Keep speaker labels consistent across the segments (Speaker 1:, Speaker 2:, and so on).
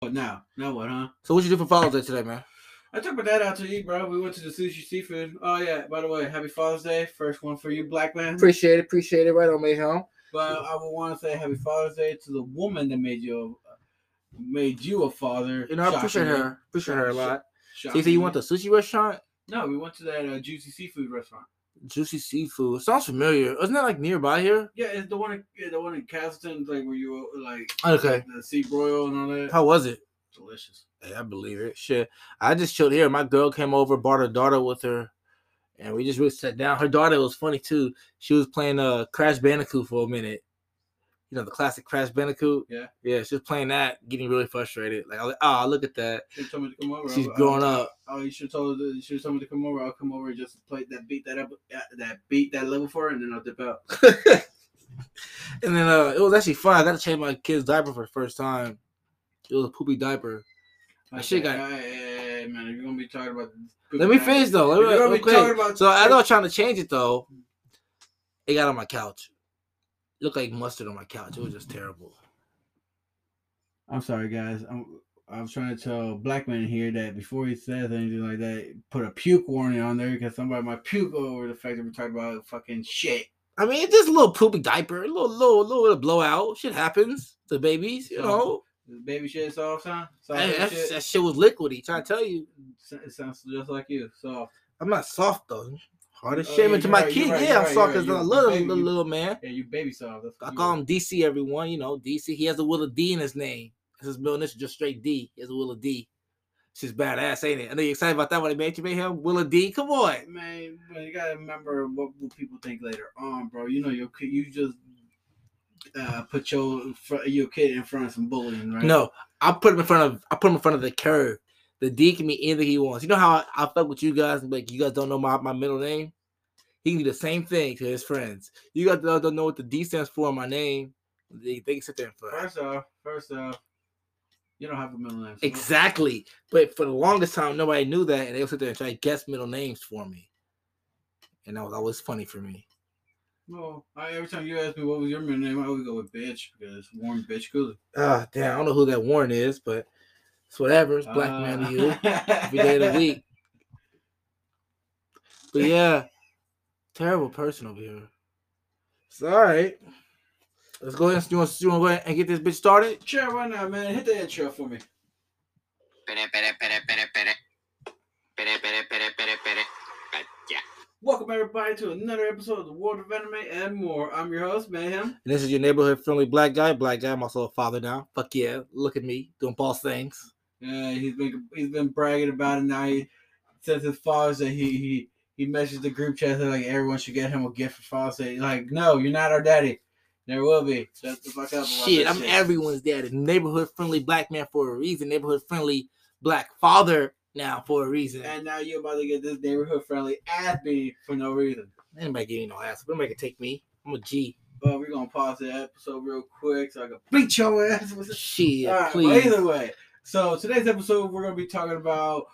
Speaker 1: But now, now what, huh?
Speaker 2: So what you do for Father's Day today, man?
Speaker 1: I took my dad out to eat, bro. We went to the sushi seafood. Oh yeah, by the way, happy Father's Day. First one for you, black man.
Speaker 2: Appreciate it, appreciate it. Right on, Mayhem.
Speaker 1: But I would want to say happy Father's Day to the woman that made you a, made you a father.
Speaker 2: You know, I appreciate
Speaker 1: Shockingly.
Speaker 2: her. Appreciate her a lot. So
Speaker 1: Shockingly.
Speaker 2: you say you went to a sushi restaurant?
Speaker 1: No, we went to that uh, juicy seafood restaurant.
Speaker 2: Juicy seafood. Sounds familiar. Isn't that like nearby here?
Speaker 1: Yeah, it's the one in, yeah, the one in Castleton, like where you uh, like
Speaker 2: Okay.
Speaker 1: the sea broil and all that.
Speaker 2: How was it?
Speaker 1: Delicious.
Speaker 2: Hey, I believe it. Shit. I just chilled here. My girl came over, brought her daughter with her, and we just really sat down. Her daughter was funny too. She was playing uh Crash Bandicoot for a minute. You know, the classic Crash Bandicoot?
Speaker 1: Yeah.
Speaker 2: Yeah, she was playing that, getting really frustrated. Like, I was like, oh, look at that.
Speaker 1: Should have told me to come over.
Speaker 2: She's
Speaker 1: I- I-
Speaker 2: growing up.
Speaker 1: Oh, you should have told you should have told me to come over. I'll come over and just play that beat that up that- that beat that level for her, and then I'll dip out.
Speaker 2: and then uh, it was actually fun. I got to change my kid's diaper for the first time. It was a poopy diaper.
Speaker 1: I
Speaker 2: shit got-
Speaker 1: hey, man, if you're gonna be talking about.
Speaker 2: Let me finish though. Let me,
Speaker 1: You're gonna be
Speaker 2: real quick.
Speaker 1: talking about-
Speaker 2: so as I was trying to change it though, it got on my couch. It looked like mustard on my couch. It was just terrible.
Speaker 1: I'm sorry, guys. I'm I'm trying to tell black man here that before he says anything like that, put a puke warning on there because somebody might puke over the fact that we're talking about fucking shit.
Speaker 2: I mean, it's just a little poopy diaper, a little, little, little bit of blowout. Shit happens to babies, you
Speaker 1: So,
Speaker 2: know.
Speaker 1: This baby shit soft, huh? Soft
Speaker 2: Hey,
Speaker 1: as
Speaker 2: that's-
Speaker 1: shit.
Speaker 2: that shit was liquidy. Trying to tell you,
Speaker 1: S- It sounds just like you, soft.
Speaker 2: I'm not soft though. Hard as
Speaker 1: Oh,
Speaker 2: shit.
Speaker 1: yeah,
Speaker 2: Even to
Speaker 1: you're
Speaker 2: my
Speaker 1: right,
Speaker 2: kid,
Speaker 1: you're right,
Speaker 2: yeah,
Speaker 1: you're
Speaker 2: I'm
Speaker 1: right,
Speaker 2: soft
Speaker 1: you're
Speaker 2: because
Speaker 1: right.
Speaker 2: I
Speaker 1: You
Speaker 2: love
Speaker 1: baby,
Speaker 2: little,
Speaker 1: you-
Speaker 2: little man.
Speaker 1: Yeah, you baby soft. That's
Speaker 2: I
Speaker 1: what
Speaker 2: call
Speaker 1: you
Speaker 2: him DC, everyone. You know, DC. He has a will of D in his name. That's his middle initial, just straight D. He has a will of D. She's badass, ain't it? I know you're excited about that when I made you made him. Will of D, come
Speaker 1: are.
Speaker 2: on.
Speaker 1: Man, but you gotta remember what will people think later on, bro. You know your kid. You just uh, put your fr- your kid in front of some bullying, right?
Speaker 2: No, I put him in front of I put him in front of the curve. The D can be anything he wants. You know how I, I fuck with you guys and be like you guys don't know my, my middle name? He can do the same thing to his friends. You guys don't don't know what the D stands for in my name. They, they can sit there and fuck.
Speaker 1: First off, first off, you don't have a middle name. so-
Speaker 2: Exactly. But for the longest time, nobody knew that, and they would sit there and try to guess middle names for me. And that was always funny for me.
Speaker 1: Well, I, every time you ask me what was your middle name, I always go with bitch because Warren Bitch Cooley.
Speaker 2: Ah, damn, I don't know who that Warren is, but it's whatever. It's black
Speaker 1: Uh.
Speaker 2: man to you every day of the week. But yeah, terrible person over here. It's all right. Let's go ahead and you want to go ahead and get this bitch started.
Speaker 1: Sure, why not, man? Hit the intro for me.
Speaker 3: Pere, pere, pere, pere, pere. Pere, pere, pere, pere, pere. But yeah.
Speaker 1: Welcome everybody to another episode of the World of Anime and More. I'm your host, Mayhem.
Speaker 2: And this is your neighborhood friendly black guy. Black guy, I'm also a father now. Fuck yeah, look at me doing boss things.
Speaker 1: Uh, he's been he's been bragging about it now. He, since his Father's Day, he he he messaged the group chat that like everyone should get him a gift for Father's Day. Like, no, you're not our daddy. There will be. Shut the fuck up. about
Speaker 2: Shit,
Speaker 1: that
Speaker 2: I'm everyone's daddy. Neighborhood friendly black man for a reason. Neighborhood friendly black father now for a reason.
Speaker 1: And now you're about to get this neighborhood friendly ass beat for no reason.
Speaker 2: Anybody getting no ass? Nobody can take me. I'm a G.
Speaker 1: But we're gonna pause the episode real quick so I can beat your ass with it.
Speaker 2: Shit,
Speaker 1: Alright, but
Speaker 2: please.
Speaker 1: either way, so today's episode we're gonna be talking about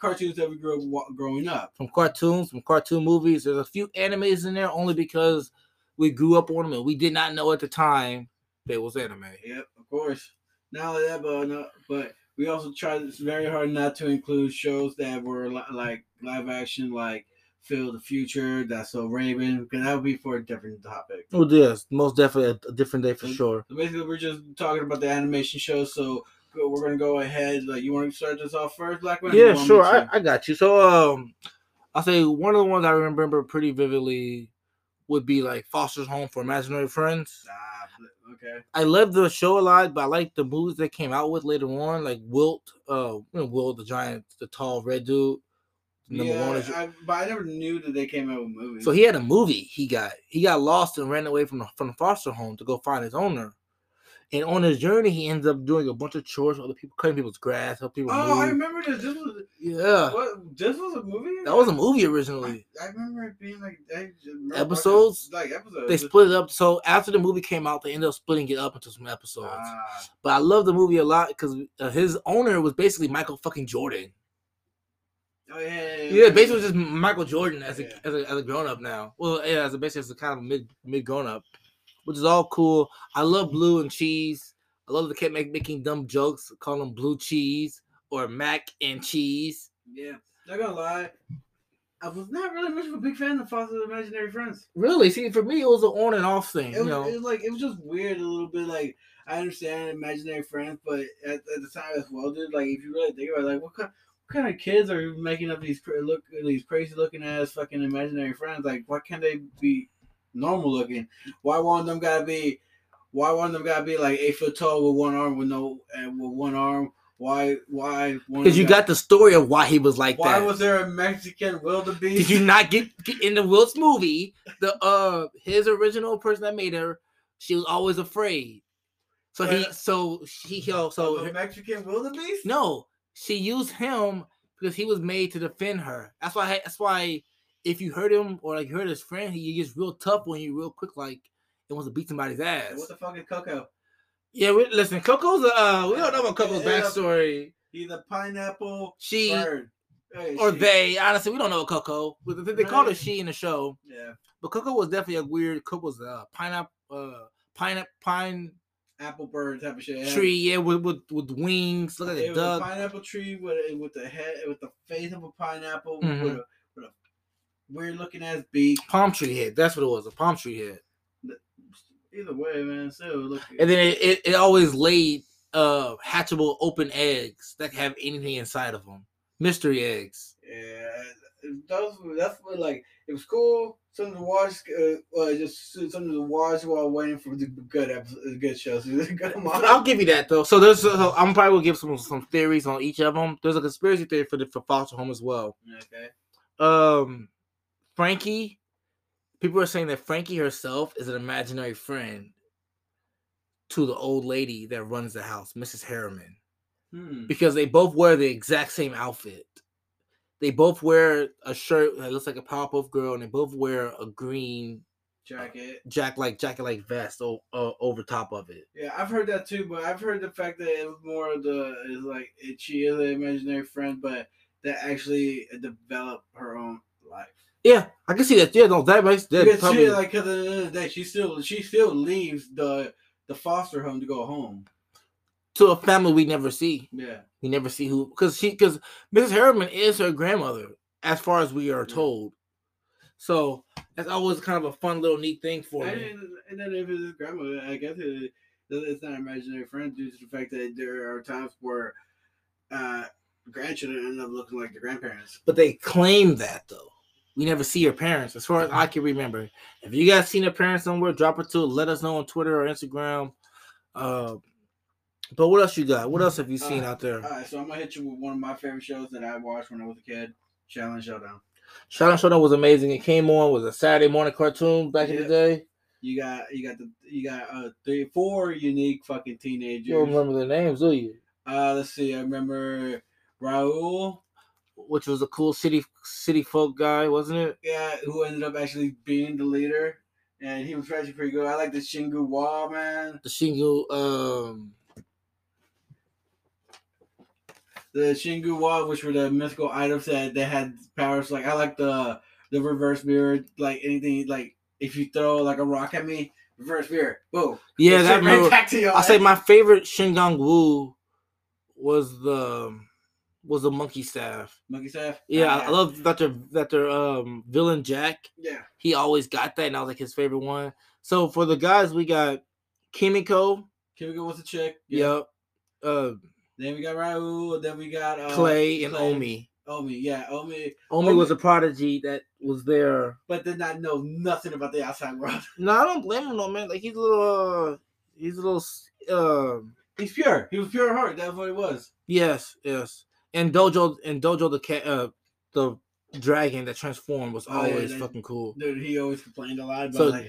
Speaker 1: cartoons that we grew up wa- growing up.
Speaker 2: from cartoons, from cartoon movies. There's a few animes in there only because we grew up on them and we did not know at the time they was anime.
Speaker 1: Yep, of course. Not only that, but no, but we also tried very hard not to include shows that were li- like live action, like Phil the Future, That's So Raven, because that would be for a different topic.
Speaker 2: Oh yes, most definitely a, a different day for
Speaker 1: Mm.
Speaker 2: sure.
Speaker 1: So basically, we're just talking about the animation shows. So go- we're gonna go ahead. Like, you want to start this off first, Black Man? or you
Speaker 2: Yeah,
Speaker 1: want me
Speaker 2: sure.
Speaker 1: to?
Speaker 2: I, I got you. So um I'll say one of the ones I remember pretty vividly would be like Foster's Home for Imaginary Friends.
Speaker 1: Ah, bl- okay.
Speaker 2: I loved the show a lot, but I liked the movies they came out with later on, like Wilt, uh you know, Wilt the giant, the tall red dude. Number
Speaker 1: yeah,
Speaker 2: one is
Speaker 1: I, but I never knew that they came out with movies.
Speaker 2: So he had a movie. He got he got lost and ran away from the, from the foster home to go find his owner. And on his journey, he ends up doing a bunch of chores for other people, cutting people's grass, help people
Speaker 1: oh, I
Speaker 2: move.
Speaker 1: remember this. This was
Speaker 2: Yeah,
Speaker 1: what, this was a movie.
Speaker 2: that was a
Speaker 1: I-
Speaker 2: movie originally.
Speaker 1: I remember it being like I just remember
Speaker 2: Episodes?
Speaker 1: watching, like episodes.
Speaker 2: They split it up. So after the movie came out, they ended up splitting it up into some episodes.
Speaker 1: Ah,
Speaker 2: But I love the movie a lot because uh, his owner was basically Michael fucking Jordan.
Speaker 1: oh yeah, yeah, yeah,
Speaker 2: Yeah, basically just Michael Jordan as a,
Speaker 1: Yeah.
Speaker 2: as a as a grown up now. Well, yeah, as a basically as a kind of mid mid grown up, which is all cool. I love Blue and Cheese. I love the kid make, making dumb jokes, call them blue cheese or mac and cheese.
Speaker 1: Yeah, not gonna lie, I was not really much of a big fan of Foster's Imaginary Friends.
Speaker 2: Really, see, for me, it was an on and off thing.
Speaker 1: It
Speaker 2: You
Speaker 1: was,
Speaker 2: know,
Speaker 1: it was like it was just weird a little bit. Like I understand Imaginary Friends, but at, at the time as well, dude. Like if you really think about, it, like what kind. What kind of kids are making up these cra- look these crazy looking ass fucking imaginary friends? Like, why can't they be normal looking? Why one of them gotta be? Why one of them gotta be like eight foot tall with one arm with no and with one arm? Why? Why? one of
Speaker 2: because
Speaker 1: them
Speaker 2: you got the story of why he was like
Speaker 1: Why
Speaker 2: that.
Speaker 1: was there a Mexican wildebeest?
Speaker 2: Did you not get, get in the Wilt's movie? The uh, his original person that made her, she was always afraid. So he,
Speaker 1: Uh,
Speaker 2: so she, he also
Speaker 1: a Mexican wildebeest?
Speaker 2: No, she used him because he was made to defend her. That's why. That's why. If you hurt him or like you hurt his friend, he gets real tough when you real quick, like and wants to beat somebody's ass.
Speaker 1: What the fuck is Coco?
Speaker 2: Yeah, we, listen, Coco's. Uh, we don't know about Coco's
Speaker 1: Yeah.
Speaker 2: backstory.
Speaker 1: He's a pineapple
Speaker 2: She
Speaker 1: bird. Hey,
Speaker 2: or
Speaker 1: she-
Speaker 2: they, honestly, we don't know about Coco. But They, they called her
Speaker 1: Right.
Speaker 2: she in the show,
Speaker 1: Yeah,
Speaker 2: but Coco was definitely a weird. Coco was a pineapple, uh, pineapple, pine
Speaker 1: apple bird type of shit.
Speaker 2: tree. Yeah, with with, with wings. Look at
Speaker 1: It
Speaker 2: the
Speaker 1: was a
Speaker 2: duck.
Speaker 1: pineapple tree with a- with the head with the face of a pineapple with,
Speaker 2: Mhm.
Speaker 1: a, with a weird looking ass beak.
Speaker 2: Palm tree head. That's what it was. A palm tree head.
Speaker 1: Either way, man, so look.
Speaker 2: and then it, it, it always laid uh hatchable open eggs that have anything inside of them mystery eggs
Speaker 1: Yeah, those were- that's what like it was cool. Something to watch, uh, uh, just something to watch while waiting for the good episode, good shows. Good
Speaker 2: But i'll give you that though so there's so i'm probably will give some some theories on each of them there's a conspiracy theory for the for foster home as well
Speaker 1: Okay.
Speaker 2: um frankie people are saying that frankie herself is an imaginary friend to the old lady that runs the house mrs harriman
Speaker 1: Hmm.
Speaker 2: because they both wear the exact same outfit. They both wear a shirt that looks like a Powerpuff Girl, and they both wear a green
Speaker 1: Jacket.
Speaker 2: jack like jacket like vest o- uh, over top of it.
Speaker 1: Yeah, I've heard that too, but I've heard the fact that it was more of the is like it, she is an imaginary friend, but that actually developed her own life.
Speaker 2: Yeah, I can see that. Yeah, no, that makes that
Speaker 1: because
Speaker 2: probably.
Speaker 1: she like because at the end of the day, she still she still leaves the the foster home to go home.
Speaker 2: to a family we never see.
Speaker 1: Yeah,
Speaker 2: We never see who because she because Mrs. Harriman is her grandmother, as far as we are
Speaker 1: Yeah.
Speaker 2: told. So that's always kind of a fun little neat thing for
Speaker 1: and,
Speaker 2: me.
Speaker 1: then- and then if it's his grandma, I guess it, it's not an imaginary friend due to the fact that there are times where uh grandchildren end up looking like their grandparents.
Speaker 2: but they claim that though. We never see her parents, as far as I can remember. If you guys seen her parents somewhere, drop her to let us know on Twitter or Instagram. Uh, but what else you got? What else have you seen
Speaker 1: Uh,
Speaker 2: out there?
Speaker 1: All right, so I'm gonna hit you with one of my favorite shows that I watched when I was a kid, Challenge Showdown.
Speaker 2: Shadow and Showdown was amazing. It came on was a Saturday morning cartoon back in the
Speaker 1: Yeah.
Speaker 2: day.
Speaker 1: You got you got the you got uh three four unique fucking teenagers.
Speaker 2: You don't remember their names, do you?
Speaker 1: Uh let's see, I remember Raul,
Speaker 2: Which was a cool city city folk guy, wasn't it?
Speaker 1: yeah, who ended up actually being the leader. And he was actually pretty good. I like the Shingu Wall man,
Speaker 2: The Shingo. Um,
Speaker 1: the Shingu Wall, which were the mythical items that that had powers. Like I like the the reverse mirror, like anything like if you throw like a rock at me, reverse mirror, boom.
Speaker 2: yeah,
Speaker 1: It's
Speaker 2: that.
Speaker 1: right
Speaker 2: remember-
Speaker 1: back to your
Speaker 2: I say
Speaker 1: ass.
Speaker 2: my favorite Shingon Wu was the um, was the monkey staff.
Speaker 1: monkey staff.
Speaker 2: Yeah,
Speaker 1: Ah,
Speaker 2: I love that their that their um villain Jack.
Speaker 1: yeah.
Speaker 2: He always got that, and I was like his favorite one. So for the guys, we got Kimiko.
Speaker 1: Can we go with the chick?
Speaker 2: Yep. Uh,
Speaker 1: Then we got Raul. Then we got uh,
Speaker 2: Clay and
Speaker 1: Clay.
Speaker 2: Omi.
Speaker 1: Omi. Yeah, Omi.
Speaker 2: Omi
Speaker 1: Omi-
Speaker 2: was a prodigy that was there.
Speaker 1: but did not know nothing about the outside world.
Speaker 2: No, I don't blame him though, man. Like he's a little, uh, he's a little, s- uh,
Speaker 1: He's pure. He was pure at heart. That's what it was.
Speaker 2: yes, yes. And Dojo and Dojo the cat, uh, the dragon that transformed was
Speaker 1: Oh, yeah,
Speaker 2: always
Speaker 1: that-
Speaker 2: fucking cool.
Speaker 1: Dude, he always complained a lot about
Speaker 2: So-
Speaker 1: like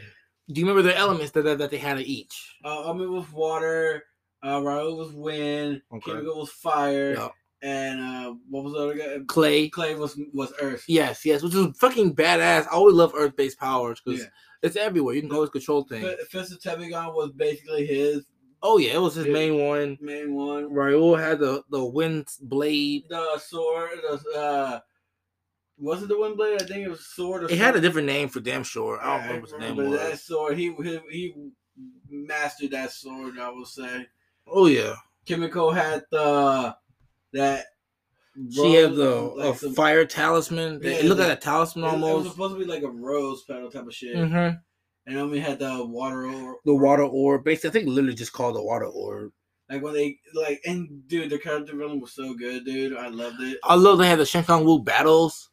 Speaker 2: Do you remember the elements that that, that they had of each?
Speaker 1: uh, Omi was water, uh, Raul was wind,
Speaker 2: Okay.
Speaker 1: Kimiko was fire,
Speaker 2: Yeah.
Speaker 1: and uh, what was the other guy?
Speaker 2: Clay,
Speaker 1: Clay was was earth.
Speaker 2: Yes, yes, which is fucking badass. I always love earth based powers because
Speaker 1: Yeah.
Speaker 2: it's everywhere. You can always control things.
Speaker 1: F- Fist of Tebagon was basically his
Speaker 2: oh yeah, it was his
Speaker 1: Yeah.
Speaker 2: main one.
Speaker 1: main one.
Speaker 2: Raul had the the wind blade.
Speaker 1: The sword, the uh, was it the wind blade? I think it was sword. Or
Speaker 2: It had a
Speaker 1: sword-
Speaker 2: different name for damn sure. I don't remember what the name
Speaker 1: remember
Speaker 2: was.
Speaker 1: That sword, he, he he mastered that sword. I will say.
Speaker 2: Oh yeah,
Speaker 1: Kimiko had the that.
Speaker 2: she had
Speaker 1: rose,
Speaker 2: the
Speaker 1: like
Speaker 2: a
Speaker 1: some-
Speaker 2: fire talisman.
Speaker 1: Yeah,
Speaker 2: it looked
Speaker 1: the-
Speaker 2: like a talisman
Speaker 1: It, it was
Speaker 2: almost.
Speaker 1: supposed to be like a rose petal type of shit,
Speaker 2: hmm
Speaker 1: and then we had the water or
Speaker 2: The water orb, basically, I think literally just called the water orb.
Speaker 1: like when they like and dude, the character development was so good, dude. I loved it.
Speaker 2: I love they had the Shen Kong Wu battles.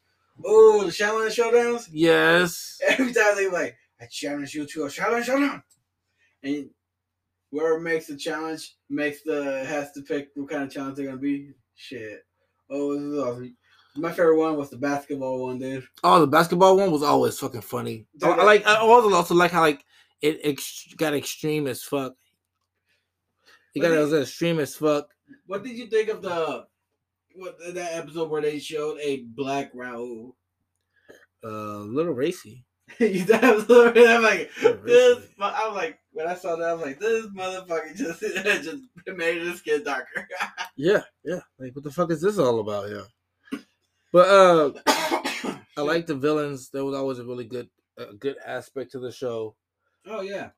Speaker 1: Oh, the Shaolin showdowns.
Speaker 2: Yes,
Speaker 1: Every time they like, I challenge you to a Shaolin showdown, and whoever makes the challenge makes the has to pick what kind of challenge they're gonna be. Shit. Oh, this is awesome. My favorite one was the basketball one, dude.
Speaker 2: oh, the basketball one was always fucking funny. I, I like, I also also like how like it ex- got extreme as fuck. It got it was extreme as fuck.
Speaker 1: What did you think of the what that episode where they showed a black Raul?
Speaker 2: Uh, a little racy.
Speaker 1: you that was literally- I'm like
Speaker 2: Yeah,
Speaker 1: this.
Speaker 2: recently.
Speaker 1: mu- I'm like when I saw that, I'm like this motherfucker just just made this kid darker.
Speaker 2: Yeah, yeah. Like, what the fuck is this all about? Yeah. But uh, I like the villains. That was always a really good, a good aspect to the show.
Speaker 1: Oh yeah.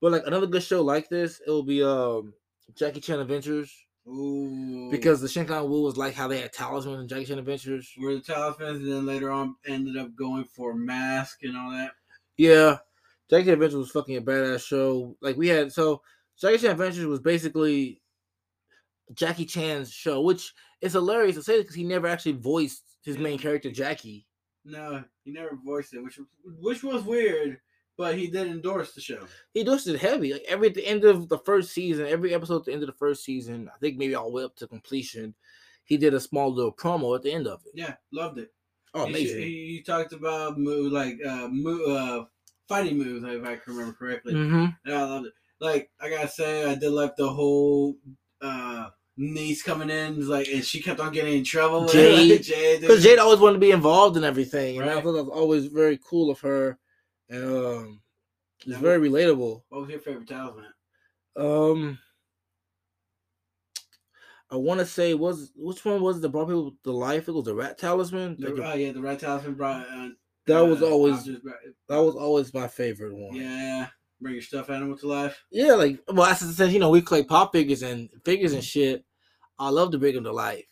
Speaker 2: But like another good show like this, it will be um Jackie Chan Adventures
Speaker 1: Ooh.
Speaker 2: because the Shinkan Wu was like how they had talismans and Jackie Chan Adventures.
Speaker 1: we're the talismans, and then later on ended up going for mask and all that.
Speaker 2: Yeah, Jackie Chan Adventures was fucking a badass show. Like we had so Jackie Chan Adventures was basically Jackie Chan's show, which is hilarious to say because he never actually voiced his main character Jackie.
Speaker 1: No, he never voiced it, which which was weird, but he did endorse the show.
Speaker 2: he does it heavy. Like every at the end of the first season, every episode at the end of the first season, I think maybe all the way up to completion, he did a small little promo at the end of it.
Speaker 1: Yeah, loved it.
Speaker 2: Oh,
Speaker 1: He-
Speaker 2: amazing.
Speaker 1: He, he talked about move like uh, move, uh fighting moves, if I can remember correctly.
Speaker 2: hmm
Speaker 1: Yeah, I loved it. Like I gotta say, I did like the whole uh niece coming in, was like, and she kept on getting in trouble.
Speaker 2: Jade.
Speaker 1: Jade,
Speaker 2: Because Jade always wanted to be involved in everything, and I
Speaker 1: Right.
Speaker 2: thought that was always very cool of her, and um,
Speaker 1: Now,
Speaker 2: it's very relatable.
Speaker 1: What was your favorite talisman?
Speaker 2: Um, I want to say was which one was the brought people to life? It was the rat talisman.
Speaker 1: The,
Speaker 2: Like,
Speaker 1: oh yeah, the red talisman brought. Uh,
Speaker 2: that was
Speaker 1: uh,
Speaker 2: always
Speaker 1: Oscar's bra-
Speaker 2: that was always my favorite one.
Speaker 1: Yeah, bring your stuffed animal to life.
Speaker 2: Yeah, like well, as I said, you know, we collect pop figures and figures and
Speaker 1: Mm-hmm.
Speaker 2: shit. I love to bring them to life.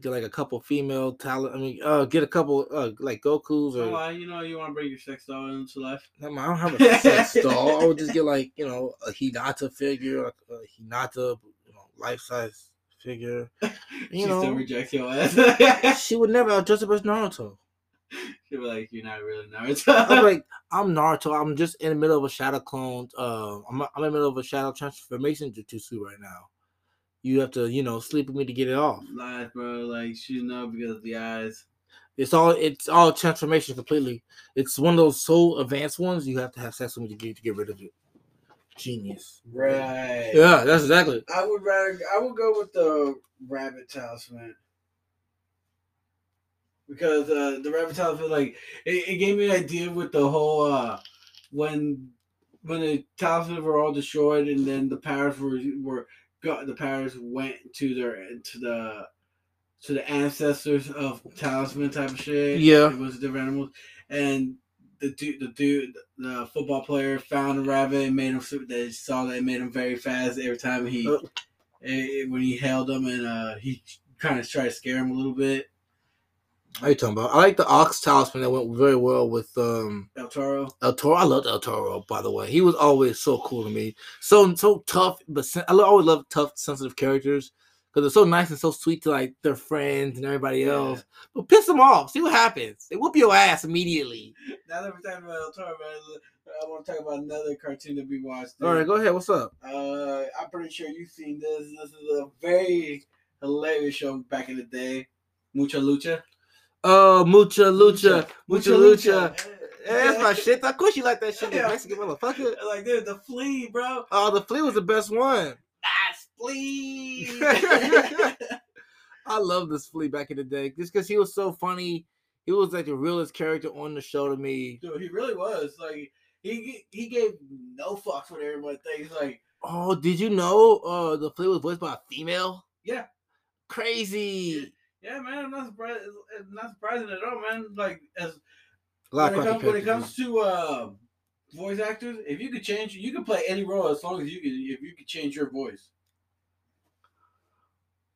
Speaker 2: Get like a couple female talent. I mean, uh, get a couple uh, like Goku's
Speaker 1: Don't
Speaker 2: or
Speaker 1: lie, Oh, you know you want to bring your sex doll into life.
Speaker 2: I mean, I don't have a sex doll. I would just get like you know a Hinata figure, like a Hinata, you know, life size figure.
Speaker 1: You
Speaker 2: You
Speaker 1: she still
Speaker 2: know,
Speaker 1: rejects your ass.
Speaker 2: she would never outdress up as Naruto.
Speaker 1: She'll be like, "You're not really
Speaker 2: I'm
Speaker 1: Naruto."
Speaker 2: like, I'm Naruto. I'm just in the middle of a shadow clone. Uh, I'm, I'm in the middle of a shadow transformation jutsu right now. You have to, you know, sleep with me to get it off.
Speaker 1: Lies, bro. Like she know because of the eyes.
Speaker 2: It's all it's all transformation completely. It's one of those so advanced ones you have to have sex with to get to get rid of it. Genius.
Speaker 1: Right.
Speaker 2: Yeah, that's exactly.
Speaker 1: I would rather. I would go with the rabbit talisman because uh, the rabbit talisman, like, it, it gave me an idea with the whole uh, when when the talismans were all destroyed and then the powers were were got the powers went to their to the to the ancestors of talisman type of shit.
Speaker 2: Yeah.
Speaker 1: it was different animals and. The dude, the dude, the football player found a rabbit and made him. su- They saw that it made him very fast. Every time he
Speaker 2: Uh,
Speaker 1: it, when he held him and uh, he kind of tried to scare him a little bit.
Speaker 2: How you talking about? I like the ox talisman that went very well with um
Speaker 1: El Toro.
Speaker 2: El Toro. I loved El Toro, by the way. He was always so cool to me. So so tough, but sen- I lo- always love tough, sensitive characters because they're so nice and so sweet to like their friends and everybody
Speaker 1: Yeah.
Speaker 2: else. But piss them off. See what happens. They whoop your ass immediately.
Speaker 1: Now that we're talking about El Toro, man, I want to talk about another cartoon that we watched.
Speaker 2: All right, go ahead. What's up?
Speaker 1: Uh, I'm pretty sure you've seen this. This is a very hilarious show back in the day. Mucha Lucha.
Speaker 2: Oh, mucha lucha, mucha lucha. Yeah, that's
Speaker 1: Yeah.
Speaker 2: my shit. Of course you like that shit, you
Speaker 1: Yeah.
Speaker 2: Mexican motherfucker.
Speaker 1: Like, dude, the flea, bro.
Speaker 2: Oh, the flea was the best one.
Speaker 1: Nice flea.
Speaker 2: I love this flea back in the day, just because he was so funny. He was like the realest character on the show to me.
Speaker 1: dude, he really was. Like, he he gave no fucks what everyone thinks. Like,
Speaker 2: Oh, did you know? Uh, the flea was voiced by a female.
Speaker 1: Yeah.
Speaker 2: Crazy.
Speaker 1: Yeah, man, I'm not surprised. It's not surprising at all, man. Like as
Speaker 2: A lot
Speaker 1: when it,
Speaker 2: of
Speaker 1: comes,
Speaker 2: cracking
Speaker 1: when it
Speaker 2: characters.
Speaker 1: comes to uh, voice actors, if you could change, you could play any role as long as you can. If you could change your voice,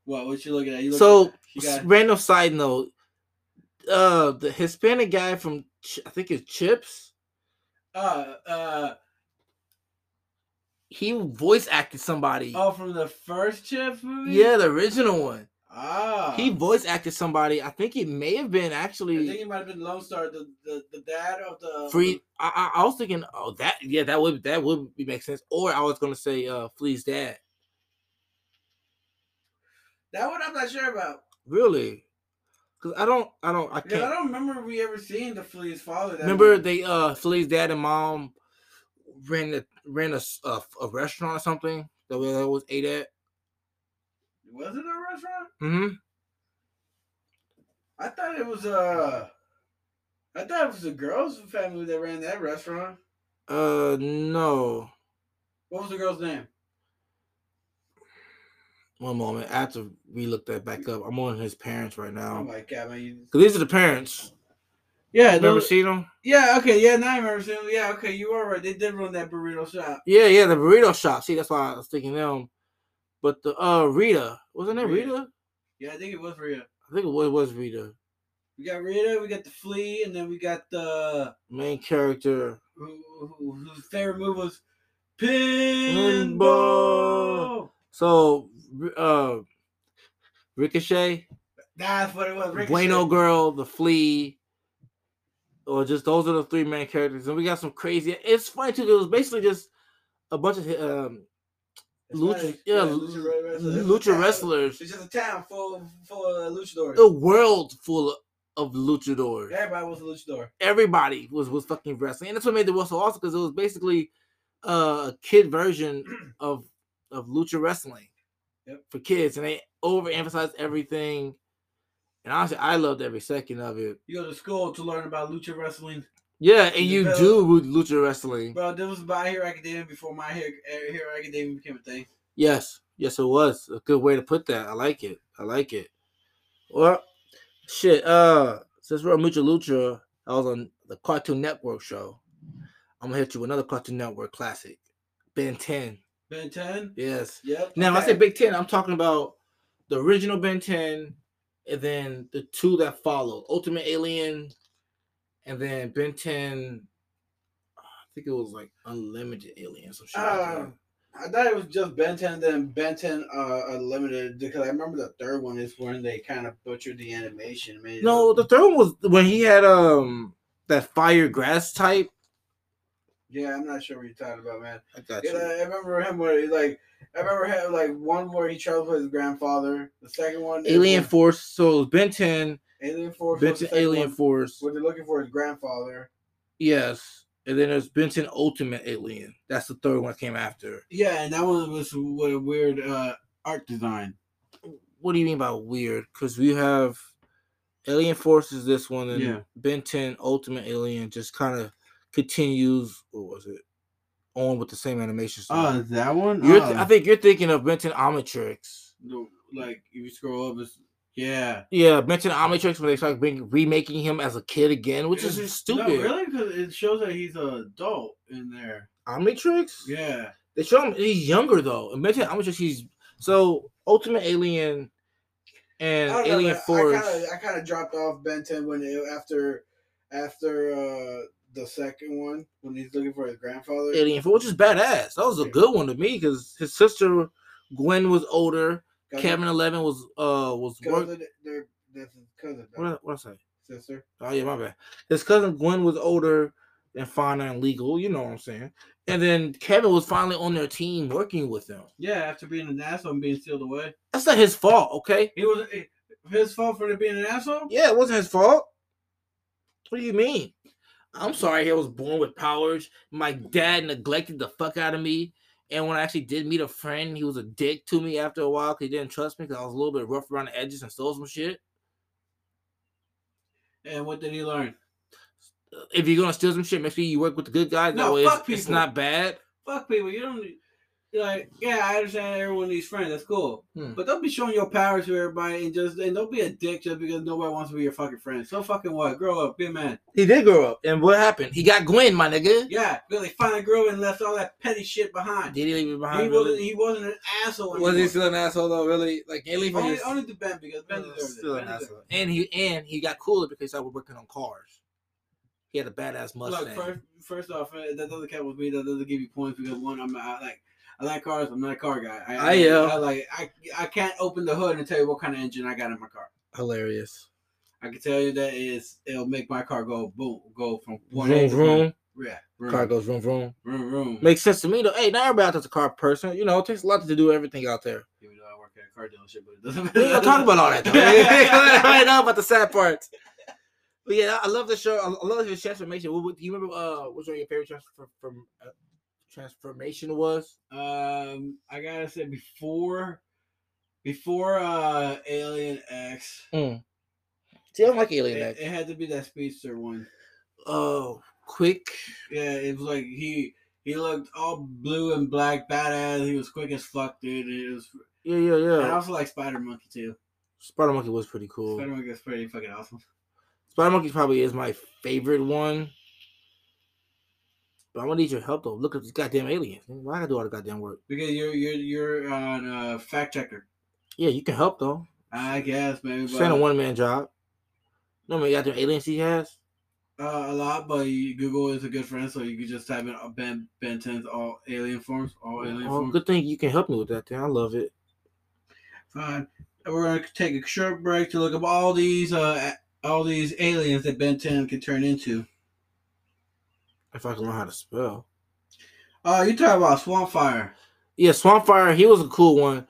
Speaker 1: What? What you looking at? You looking
Speaker 2: So,
Speaker 1: you got-
Speaker 2: s- random side note. Uh, the Hispanic guy from Ch- I think it's Chips.
Speaker 1: uh, uh,
Speaker 2: He voice acted somebody.
Speaker 1: oh, from the first Chip movie.
Speaker 2: yeah, the original one.
Speaker 1: Ah.
Speaker 2: He voice acted somebody. I think it may have been
Speaker 1: I
Speaker 2: actually
Speaker 1: think it might have been Lone Star, the, the, the dad of the
Speaker 2: free. I, I I was thinking, oh, that yeah, that would that would be- make sense. Or I was gonna say, uh, Flea's dad.
Speaker 1: That one I'm not sure about.
Speaker 2: Really? Cause I don't, I don't, I
Speaker 1: Yeah, I
Speaker 2: can't
Speaker 1: don't remember we ever seeing the Flea's father. That
Speaker 2: remember.
Speaker 1: much.
Speaker 2: They uh, Flea's dad and mom ran a ran a, s- a- a restaurant or something that we always ate at.
Speaker 1: was it a restaurant?
Speaker 2: hmm
Speaker 1: I thought it was uh I thought it was the girl's family that ran that restaurant.
Speaker 2: Uh, no.
Speaker 1: What was the girl's name?
Speaker 2: One moment. I have to relook that back up. I'm on his parents right
Speaker 1: Oh
Speaker 2: now.
Speaker 1: my god, man! You...
Speaker 2: 'Cause these are the parents.
Speaker 1: Yeah,
Speaker 2: Remember
Speaker 1: no,
Speaker 2: seen them?
Speaker 1: yeah, okay, yeah, now I remember seeing. them. Yeah, okay, you are right. They did run that burrito shop.
Speaker 2: Yeah, yeah, the burrito shop. See, that's why I was thinking them. But the uh Rita wasn't it
Speaker 1: Rita.
Speaker 2: Rita?
Speaker 1: Yeah, I think it was Rita.
Speaker 2: I think it was, was Rita,
Speaker 1: We got Rita, we got the flea, and then we got the
Speaker 2: main character.
Speaker 1: who, who, whose favorite move was
Speaker 2: Pinball.
Speaker 1: pinball.
Speaker 2: So, R- uh, Ricochet,
Speaker 1: That's what it was. Ricochet.
Speaker 2: Bueno Girl, the Flea, or just those are the three main characters. And we got some crazy. It's funny too. 'cause It was basically just a bunch of hi- um
Speaker 1: It's
Speaker 2: lucha,
Speaker 1: not-
Speaker 2: yeah,
Speaker 1: lucha
Speaker 2: lucha,
Speaker 1: wrestlers. It's a
Speaker 2: lucha
Speaker 1: town-
Speaker 2: wrestlers.
Speaker 1: It's just a town full of, full of luchadors.
Speaker 2: The world full of, of luchadors.
Speaker 1: Everybody was a luchador.
Speaker 2: everybody was was fucking wrestling, and that's what made the wrestle awesome because it was basically uh, a kid version of of lucha wrestling
Speaker 1: Yep.
Speaker 2: for kids, and they overemphasized everything. And honestly, I loved every second of it.
Speaker 1: You go to school to learn about lucha wrestling.
Speaker 2: Yeah, and you
Speaker 1: Develop-
Speaker 2: do with lucha wrestling.
Speaker 1: Bro, this was My Hero Academia before My Hero, Hero Academia became a thing.
Speaker 2: Yes, yes, it was a good way to put that. I like it. I like it. Well, shit. Uh, since we're on Mucha Lucha, I was on the Cartoon Network show. I'm gonna hit you with another Cartoon Network classic, Ben 10.
Speaker 1: Ben 10?
Speaker 2: Yes.
Speaker 1: Yep.
Speaker 2: Now, when I
Speaker 1: okay.
Speaker 2: say Big Ten, I'm talking about the original Ben Ten, and then the two that followed: Ultimate Alien, and then Ben Ten. I think it was like Unlimited Alien, some shit. like that.
Speaker 1: Uh, I thought it was just Ben 10, then Ben 10 uh, Unlimited, because I remember the third one is when they kind of butchered the animation. Made it
Speaker 2: no,
Speaker 1: look-
Speaker 2: the third one was when he had um that fire grass type.
Speaker 1: Yeah, I'm not sure what you're talking about, man.
Speaker 2: I got
Speaker 1: Yeah,
Speaker 2: you.
Speaker 1: I remember him where he like I remember him like one where he travels with his grandfather. The second one is
Speaker 2: Alien
Speaker 1: when-
Speaker 2: Force. So Ben Ten,
Speaker 1: Alien Force.
Speaker 2: Ben
Speaker 1: was the
Speaker 2: 10
Speaker 1: second
Speaker 2: Alien
Speaker 1: one,
Speaker 2: Force.
Speaker 1: What they're looking for is grandfather.
Speaker 2: Yes. And then there's Ben 10 Ultimate Alien. That's the third one that came after.
Speaker 1: Yeah, and that one was what a weird uh, art design.
Speaker 2: what do you mean by weird? Because we have Alien Force is this one, and
Speaker 1: Yeah.
Speaker 2: Ben 10 Ultimate Alien just kind of continues. What was it? On with the same animation style.
Speaker 1: Uh, that one.
Speaker 2: you're,
Speaker 1: Uh,
Speaker 2: I think you're thinking of Ben 10 Omnitrix.
Speaker 1: the- like if you scroll up, it's yeah.
Speaker 2: Yeah, Ben 10 Omnitrix when they start being, remaking him as a kid again, which is
Speaker 1: It's-
Speaker 2: stupid.
Speaker 1: No, really, because it shows that he's an adult in there.
Speaker 2: Omnitrix?
Speaker 1: Yeah.
Speaker 2: They show him he's younger though. And Ben 10 Omnitrix, he's so Ultimate Alien and
Speaker 1: I don't know,
Speaker 2: Alien
Speaker 1: man.
Speaker 2: Force.
Speaker 1: I kind of I kind of dropped off Benton when it, after after uh the second one when he's looking for his grandfather.
Speaker 2: Alien Four, which is badass. That was a
Speaker 1: Yeah.
Speaker 2: good one to me because his sister Gwen was older.
Speaker 1: Got the-
Speaker 2: Kevin Eleven was uh was work.
Speaker 1: Cousin, they're, that's his cousin,
Speaker 2: What
Speaker 1: though.
Speaker 2: did- what did I say?
Speaker 1: sister.
Speaker 2: Oh yeah, my bad. His cousin Gwen was older and finer and legal. You know what I'm saying. And then Kevin was finally on their team working with them.
Speaker 1: Yeah, after being an asshole and being sealed away,
Speaker 2: That's not his fault, okay?
Speaker 1: he was it- his fault for being an asshole.
Speaker 2: Yeah, it wasn't his fault. What do you mean? I'm sorry, I was born with powers. My dad neglected the fuck out of me. And when I actually did meet a friend, he was a dick to me after a while because he didn't trust me because I was a little bit rough around the edges and stole some shit.
Speaker 1: And what did he learn?
Speaker 2: If you're going to steal some shit, make sure you work with the good guys. That
Speaker 1: No,
Speaker 2: way it's,
Speaker 1: fuck
Speaker 2: it's
Speaker 1: people.
Speaker 2: not bad.
Speaker 1: Fuck people. You don't. like, yeah, I understand everyone needs friends. That's cool.
Speaker 2: Hmm.
Speaker 1: But don't be showing your powers to everybody and just and don't be a dick just because nobody wants to be your fucking friend. So fucking what? Grow up, be a man.
Speaker 2: He did grow up, and what happened? He got Gwen, my nigga.
Speaker 1: Yeah, really find a girl and left all that petty shit behind.
Speaker 2: Did he leave it behind?
Speaker 1: He wasn't
Speaker 2: really?
Speaker 1: he wasn't an asshole.
Speaker 2: Was he
Speaker 1: anymore.
Speaker 2: still an asshole though? Really? Like, can't leave him
Speaker 1: only,
Speaker 2: just-
Speaker 1: only to Ben because Ben
Speaker 2: Uh,
Speaker 1: deserved it.
Speaker 2: still
Speaker 1: Ben
Speaker 2: an
Speaker 1: deserved it.
Speaker 2: asshole. And he and he got cooler because he started working on cars. He had a badass Mustang.
Speaker 1: Look, first, first off, uh, that doesn't count with me. That doesn't give you points because one, I'm not I like I like cars. I'm not a car guy. I,
Speaker 2: I am.
Speaker 1: I like I I can't open the hood and tell you what kind of engine I got in my car.
Speaker 2: Hilarious.
Speaker 1: I can tell you that is it'll make my car go boom, go from one
Speaker 2: Vroom
Speaker 1: A to one-
Speaker 2: vroom.
Speaker 1: yeah, vroom,
Speaker 2: Car goes vroom vroom.
Speaker 1: vroom, vroom.
Speaker 2: Makes sense to me though. Hey, not everybody out there's a car person. You know, it takes a lot to do everything out there.
Speaker 1: Even though I work at a car dealership, but it doesn't.
Speaker 2: We ain't gonna talk about all that though. We ain't know about the sad parts. But yeah, I love the show. I I love his transformation. What, what- do you remember uh, which one of your favorite transfer, from, uh, transformation was?
Speaker 1: Um, I gotta say before, before uh Alien X,
Speaker 2: See, I don't like Alien
Speaker 1: it,
Speaker 2: X.
Speaker 1: it had to be that speedster one.
Speaker 2: Oh, quick.
Speaker 1: Yeah, it was like he he looked all blue and black, badass. He was quick as fuck, dude. and It was,
Speaker 2: Yeah, yeah,
Speaker 1: and I
Speaker 2: yeah.
Speaker 1: also like Spider Monkey too.
Speaker 2: Spider Monkey was pretty cool.
Speaker 1: Spider Monkey was pretty fucking awesome.
Speaker 2: Spider Monkey probably is my favorite one. But I'm gonna need your help though. Look at these goddamn aliens. Why I gotta do all the goddamn work?
Speaker 1: Because you're you're you're on a fact checker,
Speaker 2: Yeah, you can help though.
Speaker 1: I guess maybe.
Speaker 2: This
Speaker 1: but-
Speaker 2: ain't a one man job. No man, goddamn aliens he has.
Speaker 1: Uh, a lot, but you, Google is a good friend, so you can just type in uh, Ben Ben 10's all alien forms, all alien
Speaker 2: Oh,
Speaker 1: forms.
Speaker 2: good thing you can help me with that. Then I love it.
Speaker 1: Fine. And We're gonna take a short break to look up all these uh a- all these aliens that Ben 10 can turn into.
Speaker 2: If I can learn how to spell.
Speaker 1: Uh, you talking about Swamp Fire?
Speaker 2: Yeah, Swampfire. He was a cool one.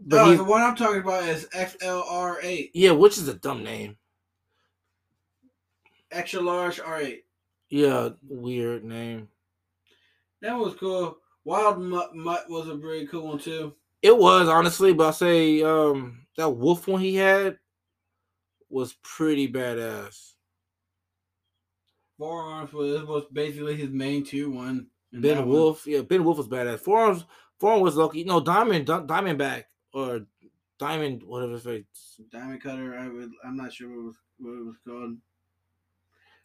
Speaker 2: But
Speaker 1: No,
Speaker 2: he-
Speaker 1: the one I'm talking about is XLR8,
Speaker 2: yeah, which is a dumb name.
Speaker 1: extra large R8.
Speaker 2: Yeah, weird name.
Speaker 1: That was cool. Wild Mutt, Mutt was a really cool one too.
Speaker 2: It was honestly, but I say um that wolf one he had was pretty badass.
Speaker 1: Forearms was was basically his main two one. and that
Speaker 2: Ben
Speaker 1: one-
Speaker 2: Wolf, yeah, Ben Wolf was badass. Forearms, forearm was lucky. No, Diamond, Di- Diamondback or Diamond, whatever his face,
Speaker 1: Diamond Cutter. I would. I'm not sure what it was what it was called.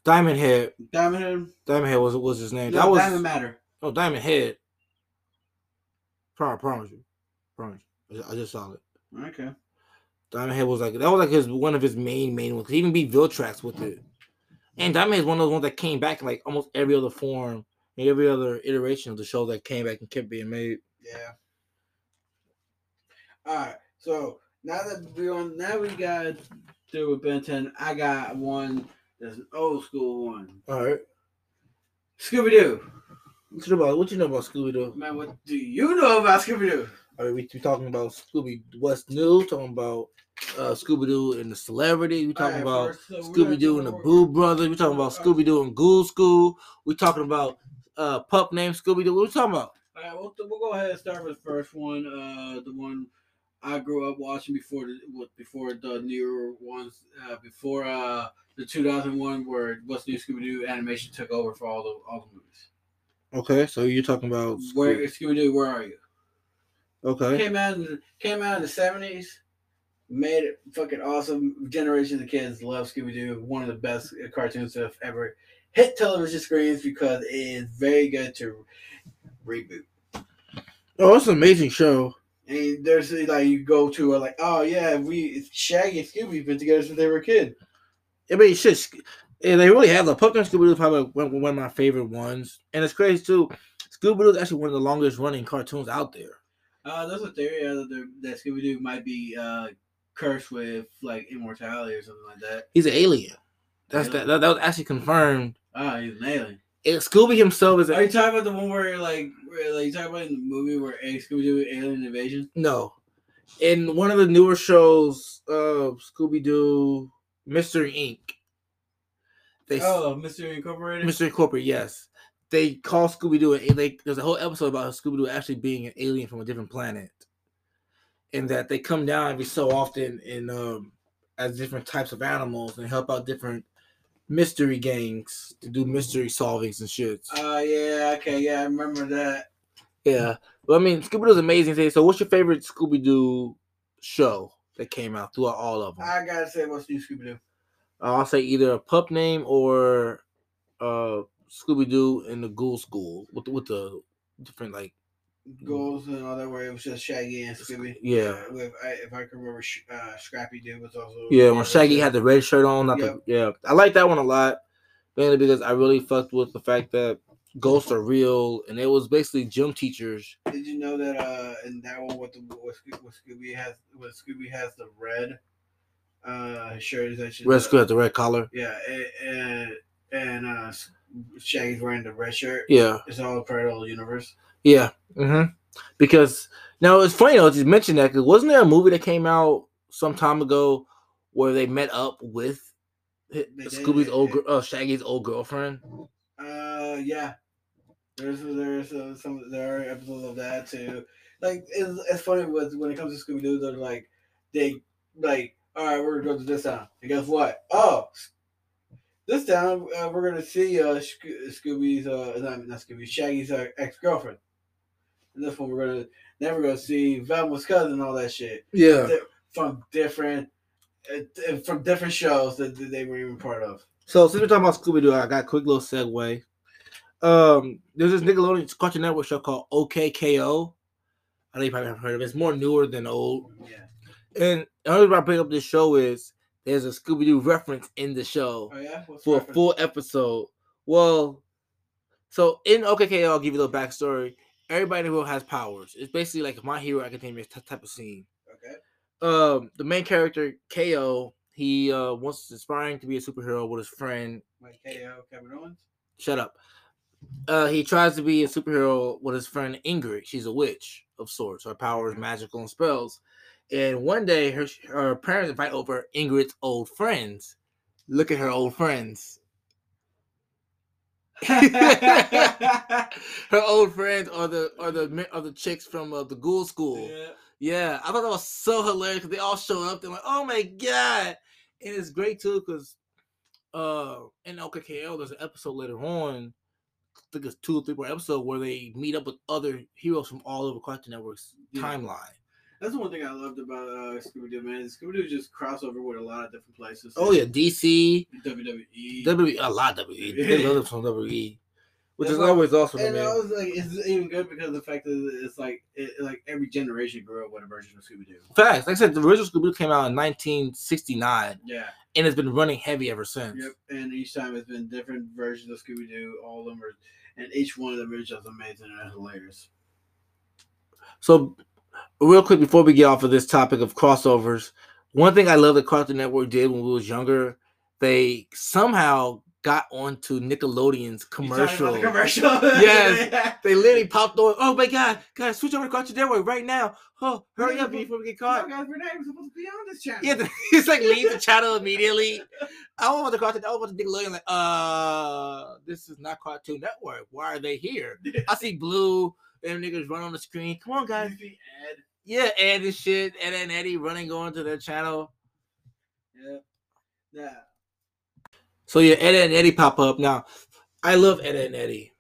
Speaker 2: Diamond Head,
Speaker 1: Diamond Head.
Speaker 2: Diamond Head was was his name.
Speaker 1: No,
Speaker 2: that was
Speaker 1: Diamond Matter.
Speaker 2: oh Diamond Head. Promise, promise you, promise. You. I ju- I just saw it.
Speaker 1: Okay.
Speaker 2: Diamond Head was like that was like his one of his main main ones. He even beat Viltrax with it. And Diamond is one of those ones that came back in like almost every other form, and every other iteration of the show that came back and kept being made.
Speaker 1: Yeah. All right. So now that we on, now we got through with Ben 10. I got one that's an old school one.
Speaker 2: All right,
Speaker 1: Scooby Doo.
Speaker 2: what you know about what you know about Scooby Doo?
Speaker 1: Man, what do you know about Scooby Doo?
Speaker 2: Are we, we talking about Scooby? What's new? Talking about uh, Scooby Doo and the celebrity. We talking about Scooby Doo and the Boo Brothers. We talking about
Speaker 1: Okay.
Speaker 2: Scooby Doo and Ghoul School. We talking about uh, pup named Scooby Doo. What we talking about?
Speaker 1: All right, we'll, we'll go ahead and start with the first one. Uh, the one I grew up watching before the what- before the newer ones, uh, before uh the 2001 where what's new Scooby Doo animation took over for all the all the movies.
Speaker 2: Okay, so you're talking about Scoo-
Speaker 1: Where Scooby Doo, where are you?
Speaker 2: okay,
Speaker 1: Came out in, came out in the 70s, made it fucking awesome. Generations of kids love Scooby Doo. One of the best cartoons to have ever hit television screens because it is very good to reboot.
Speaker 2: oh, it's an amazing show.
Speaker 1: And there's like you go to uh, like oh yeah we Shaggy and Scooby been together since they were a kid.
Speaker 2: I mean, shit. Sc- And they really have the Pup named Scooby Doo is probably one, one of my favorite ones, and it's crazy too. Scooby Doo is actually one of the longest running cartoons out there.
Speaker 1: Uh, there's a theory out there that Scooby Doo might be uh, cursed with like immortality or something like that.
Speaker 2: He's an alien. That's
Speaker 1: Really?
Speaker 2: that, that. That was actually confirmed.
Speaker 1: Oh, he's an alien.
Speaker 2: And Scooby himself is.
Speaker 1: Are
Speaker 2: A,
Speaker 1: you talking about the one where like where, like you talking about in the movie where Scooby Doo alien invasion?
Speaker 2: No. In one of the newer shows, uh, Scooby Doo, Mystery Inc. They oh.
Speaker 1: Oh, Mystery Incorporated.
Speaker 2: Mystery Incorporated, yes. They call Scooby Doo. They there's a whole episode about Scooby Doo actually being an alien from a different planet, and that they come down every so often in um, as different types of animals and help out different mystery gangs
Speaker 1: Ah,
Speaker 2: to do mystery solvings and shits.
Speaker 1: Oh yeah, okay, yeah, I remember that.
Speaker 2: Yeah, Well, I mean, Scooby Doo's amazing. thing. So, what's your favorite Scooby Doo show that came out throughout all of them?
Speaker 1: I gotta say, what's new Scooby Doo?
Speaker 2: I'll say either a pup name or uh, Scooby Doo and the Ghoul School with the, with the different like
Speaker 1: Goals and all that. Where it was just Shaggy and Scooby.
Speaker 2: Mm. yeah
Speaker 1: Uh, If I, if I can remember, Sh- uh, Scrappy Doo was also
Speaker 2: yeah when Shaggy had the red shirt on. Not
Speaker 1: Yep.
Speaker 2: the, yeah, I like that one a lot mainly because I really fucked with the fact that ghosts are real and it was basically gym teachers.
Speaker 1: Did you know that uh in that one with the with Scooby, with Scooby has with Scooby has the red uh shirt is that shit-
Speaker 2: Red School had the red collar.
Speaker 1: Yeah, a- and and uh Shaggy's wearing the red shirt.
Speaker 2: Yeah.
Speaker 1: It's all parallel universe.
Speaker 2: Yeah. hmm Because now it's funny though, just mentioned that because wasn't there a movie that came out some time ago where they met up with hi-
Speaker 1: They did,
Speaker 2: Scooby's
Speaker 1: yeah,
Speaker 2: old,
Speaker 1: yeah.
Speaker 2: gir- uh, Shaggy's old girlfriend?
Speaker 1: Uh yeah. There's there's uh, some there are episodes of that too. Like it's, it's funny with when it comes to Scooby Doo, they're like they like all right, we're gonna go to this town, and guess what? Oh, this town uh, we're gonna see uh, Sco- Scooby's uh not, not Scooby Shaggy's uh, ex girlfriend. And this one we're gonna never gonna see Velma's cousin and all that shit
Speaker 2: Yeah.
Speaker 1: from different uh, from different shows that that they were even part of.
Speaker 2: So since we're talking about Scooby Doo, I got a quick little segue. Um, there's this Nickelodeon Cartoon Network show called OKKO. I know you probably haven't heard of it. It's more newer than old.
Speaker 1: Yeah.
Speaker 2: And the only reason I bring up this show is there's a Scooby Doo reference in the show.
Speaker 1: Oh yeah. What's
Speaker 2: for a
Speaker 1: reference?
Speaker 2: full episode. Well, so in OKKO, I'll give you a little backstory. Everybody in the world has powers. It's basically like My Hero Academia ty- type of scene.
Speaker 1: Okay.
Speaker 2: Um, the main character KO, he uh wants inspiring to be a superhero with his friend.
Speaker 1: Like KO Kevin Owens.
Speaker 2: Shut up. Uh, he tries to be a superhero with his friend Ingrid. She's a witch of sorts. Her power is magical and spells. And one day, her her parents invite over Ingrid's old friends. Look at her old friends.
Speaker 1: yeah.
Speaker 2: her old friends are the are the men- are the chicks from uh, the ghoul school. Yeah. I thought that was so hilarious because they all showed up. They're like, "Oh my god!" And it's great too because uh in OKKO there's an episode later on, I think it's two or three more episode where they meet up with other heroes from all over Cartoon Network's
Speaker 1: Yeah.
Speaker 2: timeline.
Speaker 1: That's the one thing I loved about uh, Scooby Doo, man. Scooby Doo just crossover with a lot of different places. E.
Speaker 2: Oh yeah, E DC,
Speaker 1: WWE.
Speaker 2: WWE, a lot of WWE. They love them from WWE, which is always awesome. to
Speaker 1: and
Speaker 2: me.
Speaker 1: I was like, it's even good because of the fact that it's like, it, like every generation grew up with a version of Scooby Doo.
Speaker 2: Facts. Like I said, the original Scooby Doo came out in 1969,
Speaker 1: Yeah.
Speaker 2: and it's been running heavy ever since.
Speaker 1: Yep. And each time it's been different versions of Scooby Doo. All of them are, and each one of them is just amazing and hilarious.
Speaker 2: So, real quick before we get off of this topic of crossovers, one thing I love that Cartoon Network did when we was younger, they somehow got onto Nickelodeon's
Speaker 1: You talking about
Speaker 2: commercial.
Speaker 1: the commercial.
Speaker 2: Yes. They literally popped on. Oh my God, guys, switch over to Cartoon Network right now! Oh, hurry up
Speaker 1: Yeah,
Speaker 2: before we get
Speaker 1: God,
Speaker 2: caught.
Speaker 1: guys, we're not even supposed to be on this channel.
Speaker 2: Yeah, it's like leave the channel immediately. I don't want the Cartoon. I don't want the Nickelodeon. Like, uh, this is not Cartoon Network. Why are they here? I see blue and niggas run on the screen. Come on, guys.
Speaker 1: You see Ed.
Speaker 2: Yeah, Ed and shit, Ed and Eddie running going to their channel.
Speaker 1: Yeah. Yeah.
Speaker 2: So yeah, Ed and Eddie pop up now. I love Ed and Eddie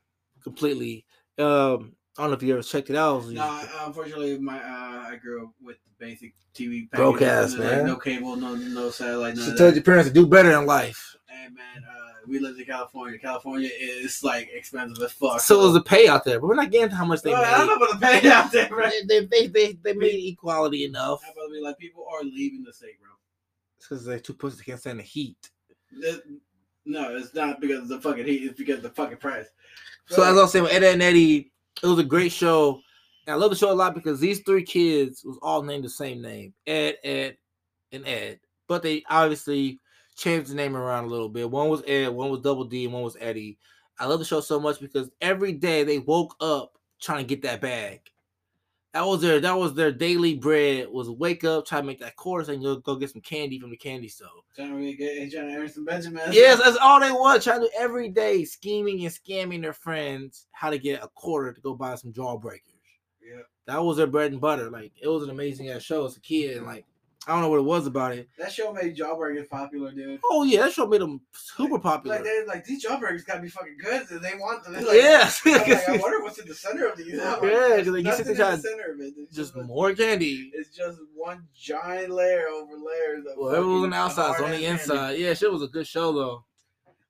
Speaker 2: completely. Um, I don't know if you ever checked it out.
Speaker 1: No, I- unfortunately, my uh, I grew up with the basic TV.
Speaker 2: Broke
Speaker 1: packages,
Speaker 2: ass,
Speaker 1: like,
Speaker 2: man.
Speaker 1: No cable, no no satellite. None
Speaker 2: She
Speaker 1: of
Speaker 2: told
Speaker 1: that.
Speaker 2: your parents to do better in life.
Speaker 1: Hey man, uh, we lived in California. California is like expensive as fuck.
Speaker 2: So it was a payout there, but we're not getting how much they
Speaker 1: Oh, Well, I don't
Speaker 2: made.
Speaker 1: know about the pay out there, right?
Speaker 2: They, they, they, they, they made equality enough.
Speaker 1: How about to be like people are leaving the state, bro?
Speaker 2: It's because they're two pussies that can't stand the heat.
Speaker 1: It- no, it's not because of the fucking heat. It's because of the fucking price.
Speaker 2: So as I was saying, with Ed and Eddie, it was a great show. And I love the show a lot because these three kids was all named the same name, Ed, Ed, and Ed. But they obviously changed the name around a little bit. One was Ed, one was Double D, and one was Eddie. I love the show so much because every day they woke up trying to get that bag. That was their that was their daily bread was wake up, try to make that course, and go go get some candy from the candy store.
Speaker 1: trying to get hey, trying to earn some Benjamin.
Speaker 2: Yes, that's all they want. Trying to do every day, scheming and scamming their friends how to get a quarter to go buy some jawbreakers.
Speaker 1: Yep.
Speaker 2: That was their bread and butter. Like it was an amazing ass show as a kid. And like I don't know what it was about it.
Speaker 1: That show made Jawbreaker popular, dude.
Speaker 2: Oh yeah, that show made him super popular.
Speaker 1: Like they like these Jawbreakers gotta be fucking good. and They want them. They're Like,
Speaker 2: yeah,
Speaker 1: I'm like, I wonder what's in the center of these.
Speaker 2: yeah,
Speaker 1: I'm like,
Speaker 2: because like, you
Speaker 1: nothing
Speaker 2: sit there
Speaker 1: in the
Speaker 2: trying
Speaker 1: center of it. It's
Speaker 2: just
Speaker 1: just, like-
Speaker 2: more candy.
Speaker 1: it's just one giant layer over layers. Of
Speaker 2: Well, it was
Speaker 1: fucking
Speaker 2: on the outside, it's on the
Speaker 1: hard-ass candy.
Speaker 2: inside. Yeah, shit was a good show though.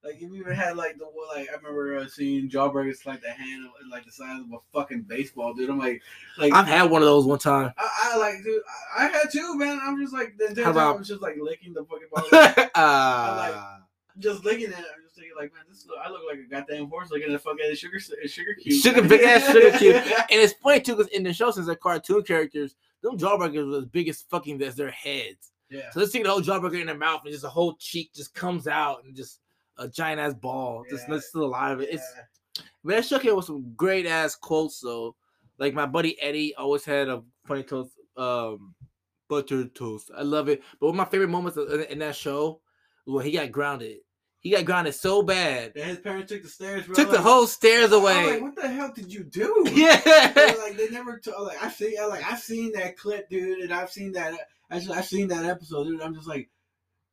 Speaker 1: Like you even had like the one- like I remember uh, seeing Jawbreakers like the hand of- like the size of a fucking baseball, dude. I'm like, like
Speaker 2: I've had one of those one time.
Speaker 1: I, I like, dude, I, I had two, man. I'm just like, the entire
Speaker 2: How
Speaker 1: time
Speaker 2: about-
Speaker 1: I'm just like licking the fucking ball,
Speaker 2: Ah,
Speaker 1: just licking it. I'm just thinking, like, man, this look, I look like a goddamn horse looking at a fucking sugar sugar cube.
Speaker 2: sugar big ass sugar cube. And it's funny too, because in the show, since they're cartoon characters, them jawbreakers were as big as fucking as their heads.
Speaker 1: yeah,
Speaker 2: So let's see the whole jawbreaker in their mouth, and just the whole cheek just comes out and just a giant ass ball. Just
Speaker 1: Yeah.
Speaker 2: that's still alive.
Speaker 1: yeah.
Speaker 2: It's Man, that shook it with some great ass quotes though. Like my buddy Eddie always had a funny toast, um, buttered toast. I love it. But one of my favorite moments in- in that show was when he got grounded. He got grounded so bad,
Speaker 1: And his parents took the stairs, bro.
Speaker 2: took the
Speaker 1: Like,
Speaker 2: whole stairs
Speaker 1: I'm
Speaker 2: away.
Speaker 1: Like, what the hell did you do?
Speaker 2: yeah,
Speaker 1: They're like they never told. Like I've seen, like I've seen that clip, dude, and I've seen that. Actually, I've seen that episode, dude. I'm just like,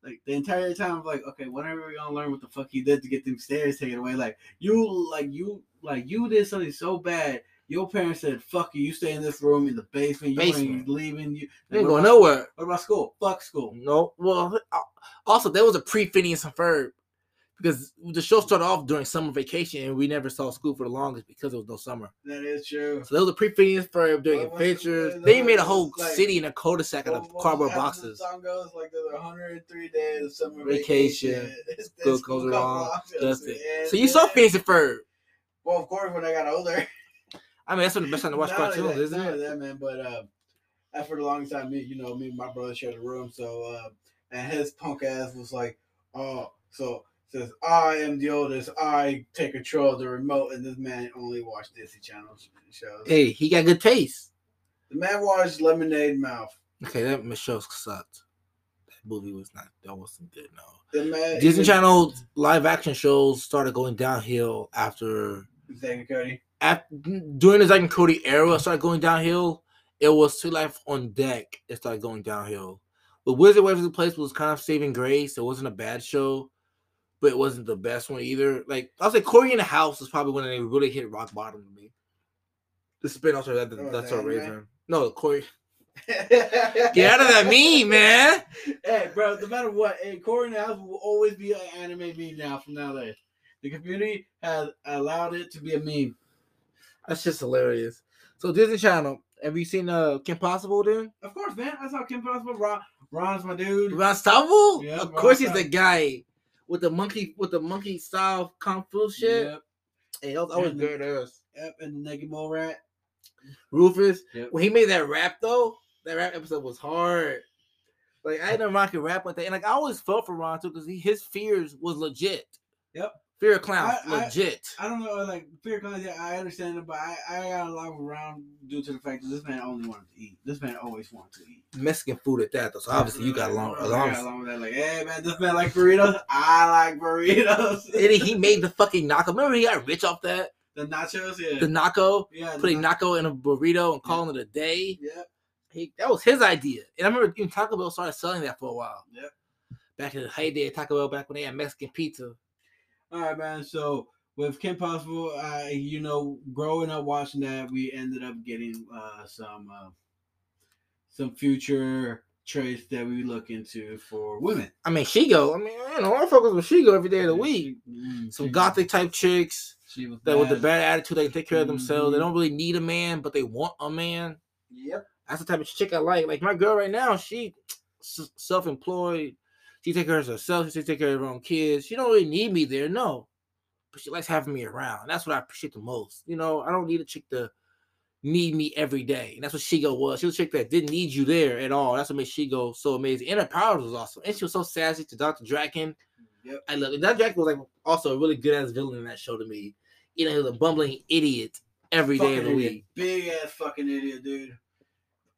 Speaker 1: like the entire time, I'm like, okay, when are we gonna learn what the fuck he did to get them stairs taken away? Like you, like you, like you did something so bad. Your parents said, "Fuck you, you stay in this room in the basement. You
Speaker 2: Basement.
Speaker 1: ain't leaving. You
Speaker 2: they ain't
Speaker 1: what
Speaker 2: going
Speaker 1: about-
Speaker 2: nowhere.
Speaker 1: What about school? Fuck school.
Speaker 2: No, well, uh, also there was a pre Phineas and Ferb because the show started off during summer vacation and we never saw school for the longest because there was no summer.
Speaker 1: That is true.
Speaker 2: So those are pre-finished for doing
Speaker 1: Well, what's the-
Speaker 2: adventures.
Speaker 1: the-
Speaker 2: They made a whole
Speaker 1: like-
Speaker 2: city in a cul-de-sac out
Speaker 1: What-
Speaker 2: of
Speaker 1: what was
Speaker 2: cardboard
Speaker 1: that- the
Speaker 2: boxes.
Speaker 1: Song goes like there's 103 days of summer
Speaker 2: Vacation.
Speaker 1: vacation. It's-
Speaker 2: School
Speaker 1: it's
Speaker 2: goes
Speaker 1: comes
Speaker 2: wrong,
Speaker 1: off,
Speaker 2: does it.
Speaker 1: yeah,
Speaker 2: So you saw
Speaker 1: yeah.
Speaker 2: Phineas and Ferb.
Speaker 1: Well, of course, when I got older.
Speaker 2: I mean, that's one of the best time to watch
Speaker 1: Not only
Speaker 2: cartoons,
Speaker 1: that-
Speaker 2: isn't
Speaker 1: not only
Speaker 2: it?
Speaker 1: That man, but uh, and for the longest time, me, you know, me and my brother shared a room. So, uh, and his punk ass was like, "Oh, so since I am the oldest, I take control of the remote." And this man only watched Disney Channel sh- shows.
Speaker 2: Hey, he got good taste.
Speaker 1: The man watched Lemonade Mouth.
Speaker 2: Okay, that Michelle sucked. That movie was not. That wasn't good. No.
Speaker 1: The man
Speaker 2: Disney Channel live action shows started going downhill after
Speaker 1: Zack and Cody.
Speaker 2: at during the Zack and Cody era, it started going downhill. It was Two Life on Deck. It started going downhill. But Wizard Waves of the Place was kind of saving grace. It wasn't a bad show, but it wasn't the best one either. Like I'll say, Corey in the House was probably when they really hit rock bottom to me. The spin off of that,
Speaker 1: Oh,
Speaker 2: that's
Speaker 1: the
Speaker 2: our
Speaker 1: anime?
Speaker 2: Raven. No, Corey,
Speaker 1: Get
Speaker 2: get out of that meme, man.
Speaker 1: Hey, bro, no matter what, hey, Corey and Alpha will always be an anime meme now from now on. The community has allowed it to be a meme.
Speaker 2: That's just hilarious. So Disney Channel, have you seen uh Kim Possible? Then
Speaker 1: Of course, man. I saw Kim Possible. Ron, Ron's my dude.
Speaker 2: Ron Stoffel?
Speaker 1: Yeah,
Speaker 2: of
Speaker 1: Ron
Speaker 2: course, he's the
Speaker 1: Stoffel.
Speaker 2: guy with the monkey with the monkey style kung fu shit.
Speaker 1: Yep,
Speaker 2: Hey, that was always
Speaker 1: And-
Speaker 2: good ass.
Speaker 1: yep, and the naked mole rat.
Speaker 2: Rufus,
Speaker 1: Yep.
Speaker 2: when he made that rap though, that rap episode was hard. Like I didn't know Ron could rap like that, and like I always felt for Ron too because his fears was legit.
Speaker 1: Yep.
Speaker 2: fear of clowns,
Speaker 1: I- I-
Speaker 2: legit.
Speaker 1: I don't know, like Fear Con, yeah, I understand it, but I, I got a lot of Ron due to the fact that this man only wanted to eat. This man always wanted to eat.
Speaker 2: Mexican food at that though, so obviously you got along.
Speaker 1: I
Speaker 2: along.
Speaker 1: got along with that. Like, hey man, this man like burritos. I like burritos.
Speaker 2: and then he made the fucking knocko. Remember he got rich off that
Speaker 1: the nachos, yeah,
Speaker 2: the knocko,
Speaker 1: yeah, the
Speaker 2: putting
Speaker 1: nach-
Speaker 2: knocko in a burrito and calling it a day.
Speaker 1: yeah.
Speaker 2: He, that was his idea, and I remember even Taco Bell started selling that for a while.
Speaker 1: Yep.
Speaker 2: Back in the heyday of Taco Bell, back when they had Mexican pizza.
Speaker 1: All right, man. So with Kim Possible, uh, you know, growing up watching that, we ended up getting uh, some uh, some future traits that we look into for women.
Speaker 2: I mean, she go. I mean, you know, I focus with she go every day of the week.
Speaker 1: Mm,
Speaker 2: Some
Speaker 1: she-
Speaker 2: gothic type chicks
Speaker 1: She was
Speaker 2: that with the
Speaker 1: bad.
Speaker 2: bad attitude, they can take care of themselves. They
Speaker 1: Mhm.
Speaker 2: don't really need a man, but they want a man.
Speaker 1: Yep.
Speaker 2: That's the type of chick I like. Like my girl right now, she s- self-employed. She take care of herself. She take care of her own kids. She don't really need me there, no. But she likes having me around. That's what I appreciate the most. You know, I don't need a chick to need me every day. And that's what she go was. She was a chick that didn't need you there at all. That's what made she go so amazing. And her powers was awesome. And she was so sassy to Dr. Draken.
Speaker 1: Yep.
Speaker 2: I love it. That Jack was like also a really good ass villain in that show to me. You know, he was a bumbling idiot every day of the
Speaker 1: Fucking idiot.
Speaker 2: week.
Speaker 1: Big ass fucking idiot, dude.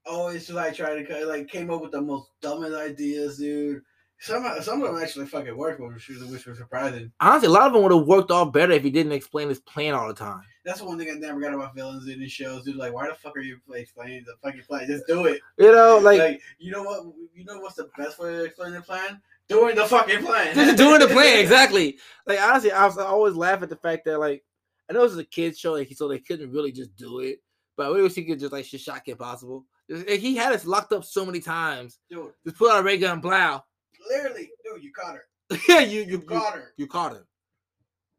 Speaker 1: Always like trying to cut- like came up with the most dumbest ideas, dude. Some some of them actually fucking work, which was which was surprising.
Speaker 2: Honestly, a lot of them would have worked off better if he didn't explain his plan all the time.
Speaker 1: That's one thing I never got about villains in these shows, dude. Like, why the fuck are you play- explaining the fucking plan? Just do it.
Speaker 2: You know,
Speaker 1: Like,
Speaker 2: Oh, like,
Speaker 1: you know what? You know what's the best way to explain the plan? Doing the fucking plan.
Speaker 2: just doing the plan exactly. Like honestly, I, was, I always laugh at the fact that like I know this is a kids show, like, so they couldn't really just do it. But I wish he could just like just shock if possible. Just- like, he had us locked up so many times.
Speaker 1: dude.
Speaker 2: Just pull out a ray gun, blow.
Speaker 1: Literally, dude, you caught her.
Speaker 2: Yeah, you you
Speaker 1: You
Speaker 2: you,
Speaker 1: caught her.
Speaker 2: you caught him.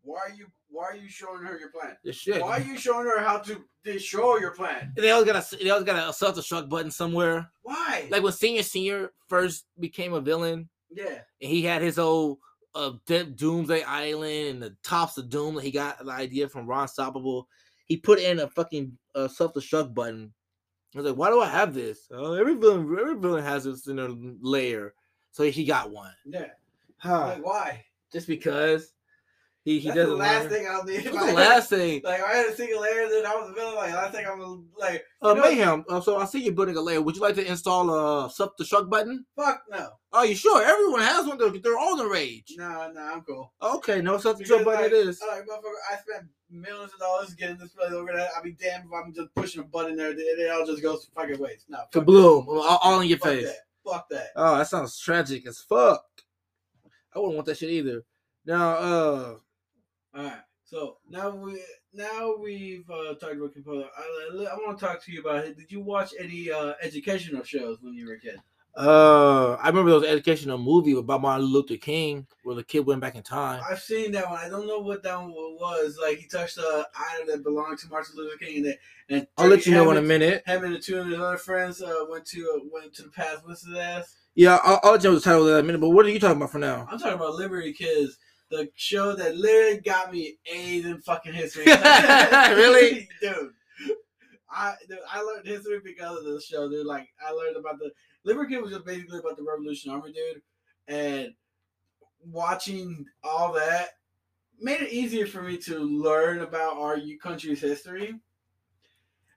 Speaker 1: Why are you Why are you showing her your plan?
Speaker 2: Yeah, shit.
Speaker 1: Why are you showing her how to destroy your plan?
Speaker 2: They always got a they always got a self destruct button somewhere.
Speaker 1: Why?
Speaker 2: Like when Senior Senior first became a villain,
Speaker 1: yeah,
Speaker 2: and he had his old uh, De- Doomsday Island and the tops of Doom. that He got the idea from Ron Stoppable. He put in a fucking uh, self destruct button. I was like, why do I have this? Oh, every villain, every villain has this in their layer. So he got one.
Speaker 1: yeah.
Speaker 2: Huh.
Speaker 1: Like, why?
Speaker 2: Just because Ah. he he
Speaker 1: That's
Speaker 2: doesn't.
Speaker 1: the last
Speaker 2: learn.
Speaker 1: thing I'll need.
Speaker 2: What's the last thing?
Speaker 1: Like, I had a single layer, then I was feeling like, last thing I'm like,
Speaker 2: Uh,
Speaker 1: know-
Speaker 2: Mayhem. Uh, so I see you're building a layer. Would you like to install a self destruct button?
Speaker 1: fuck no.
Speaker 2: Oh, you sure? Everyone has one. They're, they're all the rage.
Speaker 1: No, no, I'm cool.
Speaker 2: Okay, no self
Speaker 1: Because,
Speaker 2: destruct button.
Speaker 1: like, uh,
Speaker 2: it is.
Speaker 1: I'm Like, motherfucker, I spent millions of dollars getting this place over there. I'll be damned if I'm just pushing a button there. It, it all just goes fucking waste. No. fuck
Speaker 2: Kabloom! All, all in your
Speaker 1: that. Fuck
Speaker 2: face.
Speaker 1: that. Fuck that.
Speaker 2: Oh, that sounds tragic as fuck. I wouldn't want that shit either. Now, uh,
Speaker 1: All right. So now we now we've uh, talked about Capola. I, I want to talk to you about it. Did you watch any uh, educational shows when you were a kid?
Speaker 2: uh, I remember those educational movie about Martin Luther King where the kid went back in time.
Speaker 1: I've seen that one. I don't know what that one was. Like he touched the item that belonged to Martin Luther King, and, they, and
Speaker 2: I'll let you know in a
Speaker 1: minute.
Speaker 2: minute.
Speaker 1: Him and the two of his other friends uh, went to uh, went to the past. What's his ass?
Speaker 2: Yeah, I'll, I'll let you know the title in a minute. But what are you talking about for now?
Speaker 1: I'm talking about Liberty Kids, the show that literally got me A's in fucking history.
Speaker 2: Really?
Speaker 1: dude? I dude, I learned history because of this show, dude. Like I learned about the Liberty Kid was just basically about the Revolution Army, dude, and watching all that made it easier for me to learn about our country's history,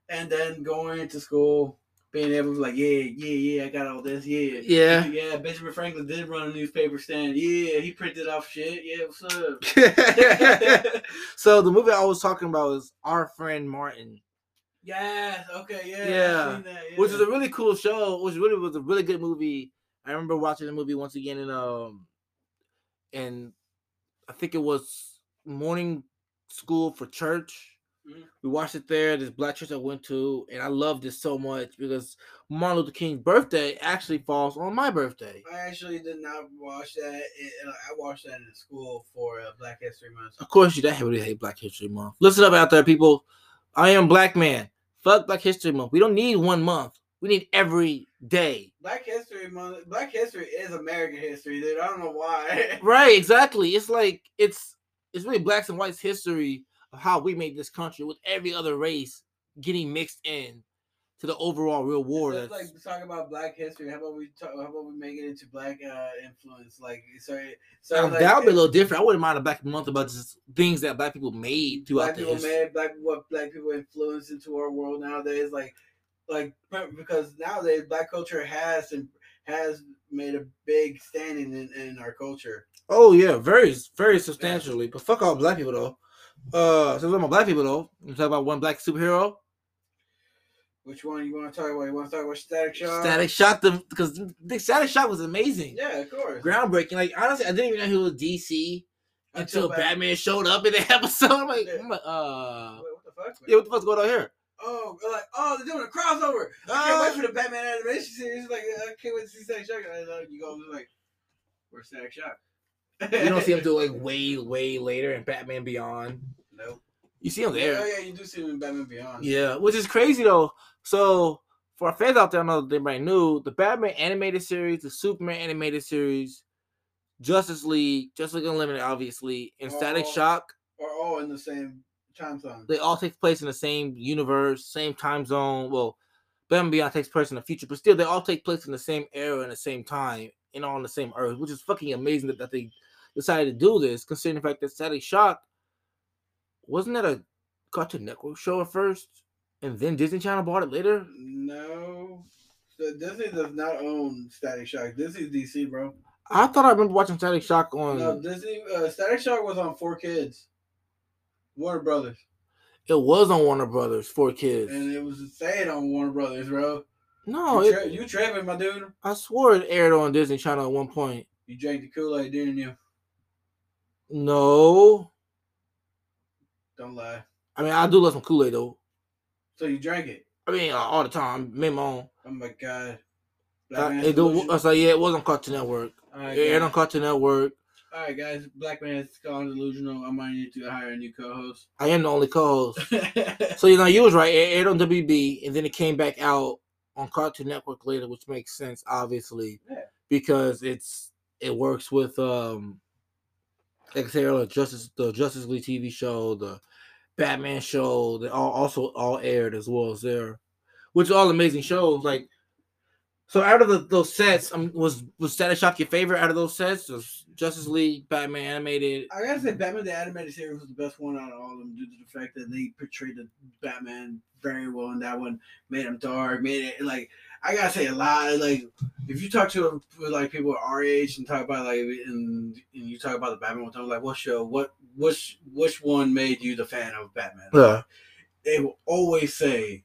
Speaker 1: and then going to school. Being able to be like, yeah, yeah, yeah, I got all this, yeah,
Speaker 2: Yeah.
Speaker 1: yeah, Benjamin Franklin did run a newspaper stand. Yeah, he printed off shit. Yeah, what's up?
Speaker 2: so the movie I was talking about was Our Friend Martin,
Speaker 1: yes, okay, yeah. I've
Speaker 2: Yeah,
Speaker 1: seen that,
Speaker 2: which is
Speaker 1: yeah.
Speaker 2: a really cool show. Which really was a really good movie. I remember watching the movie once again in um, and I think it was morning school for church.
Speaker 1: Mhm.
Speaker 2: We watched it there, this black church I went to, and I loved it so much because Martin Luther King's birthday actually falls on my birthday.
Speaker 1: I actually did not watch that. It, uh, I watched that in school for uh, Black History Month.
Speaker 2: Of course, you don't really hate Black History Month. Listen up out there, people. I am black man. Fuck Black History Month. We don't need one month. We need every day.
Speaker 1: Black History Month. Black History is American history, dude. I don't know why.
Speaker 2: Right, exactly. It's like it's it's really blacks and whites history of how we made this country with every other race getting mixed in to the overall real war.
Speaker 1: Let's
Speaker 2: That's
Speaker 1: like talk about Black history. How about we talk? How about we make it into Black uh, influence? Like, sorry,
Speaker 2: Now,
Speaker 1: so like,
Speaker 2: that would be a little different. I wouldn't mind a black month about just things that black people made throughout
Speaker 1: black
Speaker 2: the
Speaker 1: people
Speaker 2: history.
Speaker 1: made black what black people influence into our world nowadays like like but- because nowadays black culture has and has made a big standing in, in our culture
Speaker 2: Oh yeah, very very substantially. But fuck all black people though. Uh, since we're talking about black people though, you talk about one black superhero.
Speaker 1: which one you want to talk about you want to talk about static shock
Speaker 2: Static Shock, the because the Static Shock was amazing,
Speaker 1: yeah of course
Speaker 2: groundbreaking. Like honestly, I didn't even know he was DC until,
Speaker 1: Bat-
Speaker 2: Batman showed up in the episode. I'm like,
Speaker 1: Yeah.
Speaker 2: I'm like, uh,
Speaker 1: Wait, what the fuck
Speaker 2: yeah, what the fuck's going on here?
Speaker 1: oh we're like oh they're doing a crossover i can't wait for the batman animation series like i can't wait to see static shock and I, you go like where's static shock
Speaker 2: you don't see him till like way way later in Batman Beyond.
Speaker 1: nope
Speaker 2: You see him
Speaker 1: oh
Speaker 2: there,
Speaker 1: yeah you do see him in batman beyond
Speaker 2: yeah, which is crazy though. So for our fans out there, I know they might new the Batman animated series, the Superman animated series, Justice League, Justice League Unlimited, obviously, and Static
Speaker 1: Oh.
Speaker 2: Shock.
Speaker 1: are all in the same time zone
Speaker 2: they all take place in the same universe, same time zone. Well, Batman Beyond takes place in the future, but still they all take place in the same era and the same time and all on the same earth, which is fucking amazing that, that they decided to do this, considering the fact that Static Shock wasn't that a Cartoon Network show at first, and then Disney Channel bought it later.
Speaker 1: No. So Disney does not own Static Shock. This is DC, bro.
Speaker 2: I thought I remember watching Static Shock on.
Speaker 1: No, Disney uh, Static Shock was on Four Kids, Warner Brothers,
Speaker 2: It was on Warner Brothers for kids.
Speaker 1: and it was saying on Warner Brothers, bro. you,
Speaker 2: no, Oh, it,
Speaker 1: tra- you tripping, my dude?
Speaker 2: I swore it aired on Disney Channel at one point.
Speaker 1: You drank the Kool Aid, didn't you?
Speaker 2: No,
Speaker 1: Don't lie.
Speaker 2: I mean I do love some Kool Aid though.
Speaker 1: So you drank it.
Speaker 2: I mean uh, all the time, made my own.
Speaker 1: Oh my god.
Speaker 2: I,
Speaker 1: Black Man
Speaker 2: Uh, it do-
Speaker 1: Solution.
Speaker 2: I was like, yeah, it was on Cartoon Network.
Speaker 1: All
Speaker 2: It
Speaker 1: right,
Speaker 2: aired
Speaker 1: guys.
Speaker 2: on Cartoon Network.
Speaker 1: All right, guys. Black man is calling delusional. I might need to hire a new co-host.
Speaker 2: I am the only co-host. so you know you was right. It aired on WB, and then it came back out on Cartoon Network later, which makes sense, obviously,
Speaker 1: Yeah.
Speaker 2: because it's it works with um, like I said earlier, Justice the Justice League TV show, the Batman show, they all also all aired as well as there, which are all amazing shows. Like, so out of the, those sets, um, was was Static Shock your favorite out of those sets? Was Justice League, Batman animated?
Speaker 1: I gotta say, Batman the animated series was the best one out of all of them due to the fact that they portrayed the Batman very well, and that one made him dark, made it like I gotta say a lot. Like if you talk to like people our age and talk about like and and you talk about the Batman with them, like what show, what which which one made you the fan of Batman?
Speaker 2: Yeah.
Speaker 1: They will always say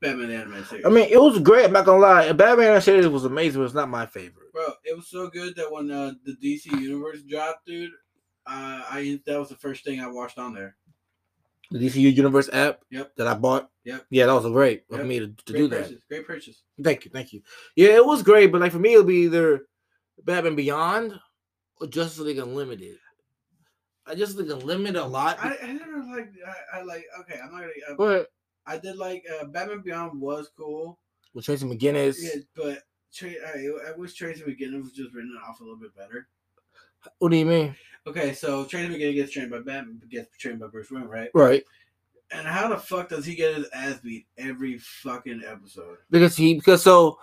Speaker 1: Batman the animated series.
Speaker 2: I mean, it was great. I'm not gonna lie. Batman series was amazing, but it's not my favorite.
Speaker 1: Bro, it was so good that when uh, the DC Universe dropped, dude, uh, I that was the first thing I watched on there.
Speaker 2: The DCU Universe app
Speaker 1: Yep.
Speaker 2: that I bought.
Speaker 1: Yep.
Speaker 2: Yeah, that was great for
Speaker 1: Yep.
Speaker 2: me to, to
Speaker 1: Great
Speaker 2: do that.
Speaker 1: purchase, great purchase.
Speaker 2: Thank you, thank you. Yeah, it was great, but like for me, it'll be either Batman Beyond or Justice League Unlimited. I just League Unlimited a lot.
Speaker 1: I, I never like I, I like okay, I'm not gonna. Uh,
Speaker 2: but
Speaker 1: I did like uh, Batman Beyond was cool,
Speaker 2: with Tracy McGinnis,
Speaker 1: yeah, but Tra- I, I wish Tracy McGinnis was just written off a little bit better.
Speaker 2: what do you mean?
Speaker 1: Okay, so Tracy McGinnis gets trained by Batman, gets trained by Bruce Wayne, right?
Speaker 2: Right,
Speaker 1: And how the fuck does he get his ass beat every fucking episode?
Speaker 2: because he because so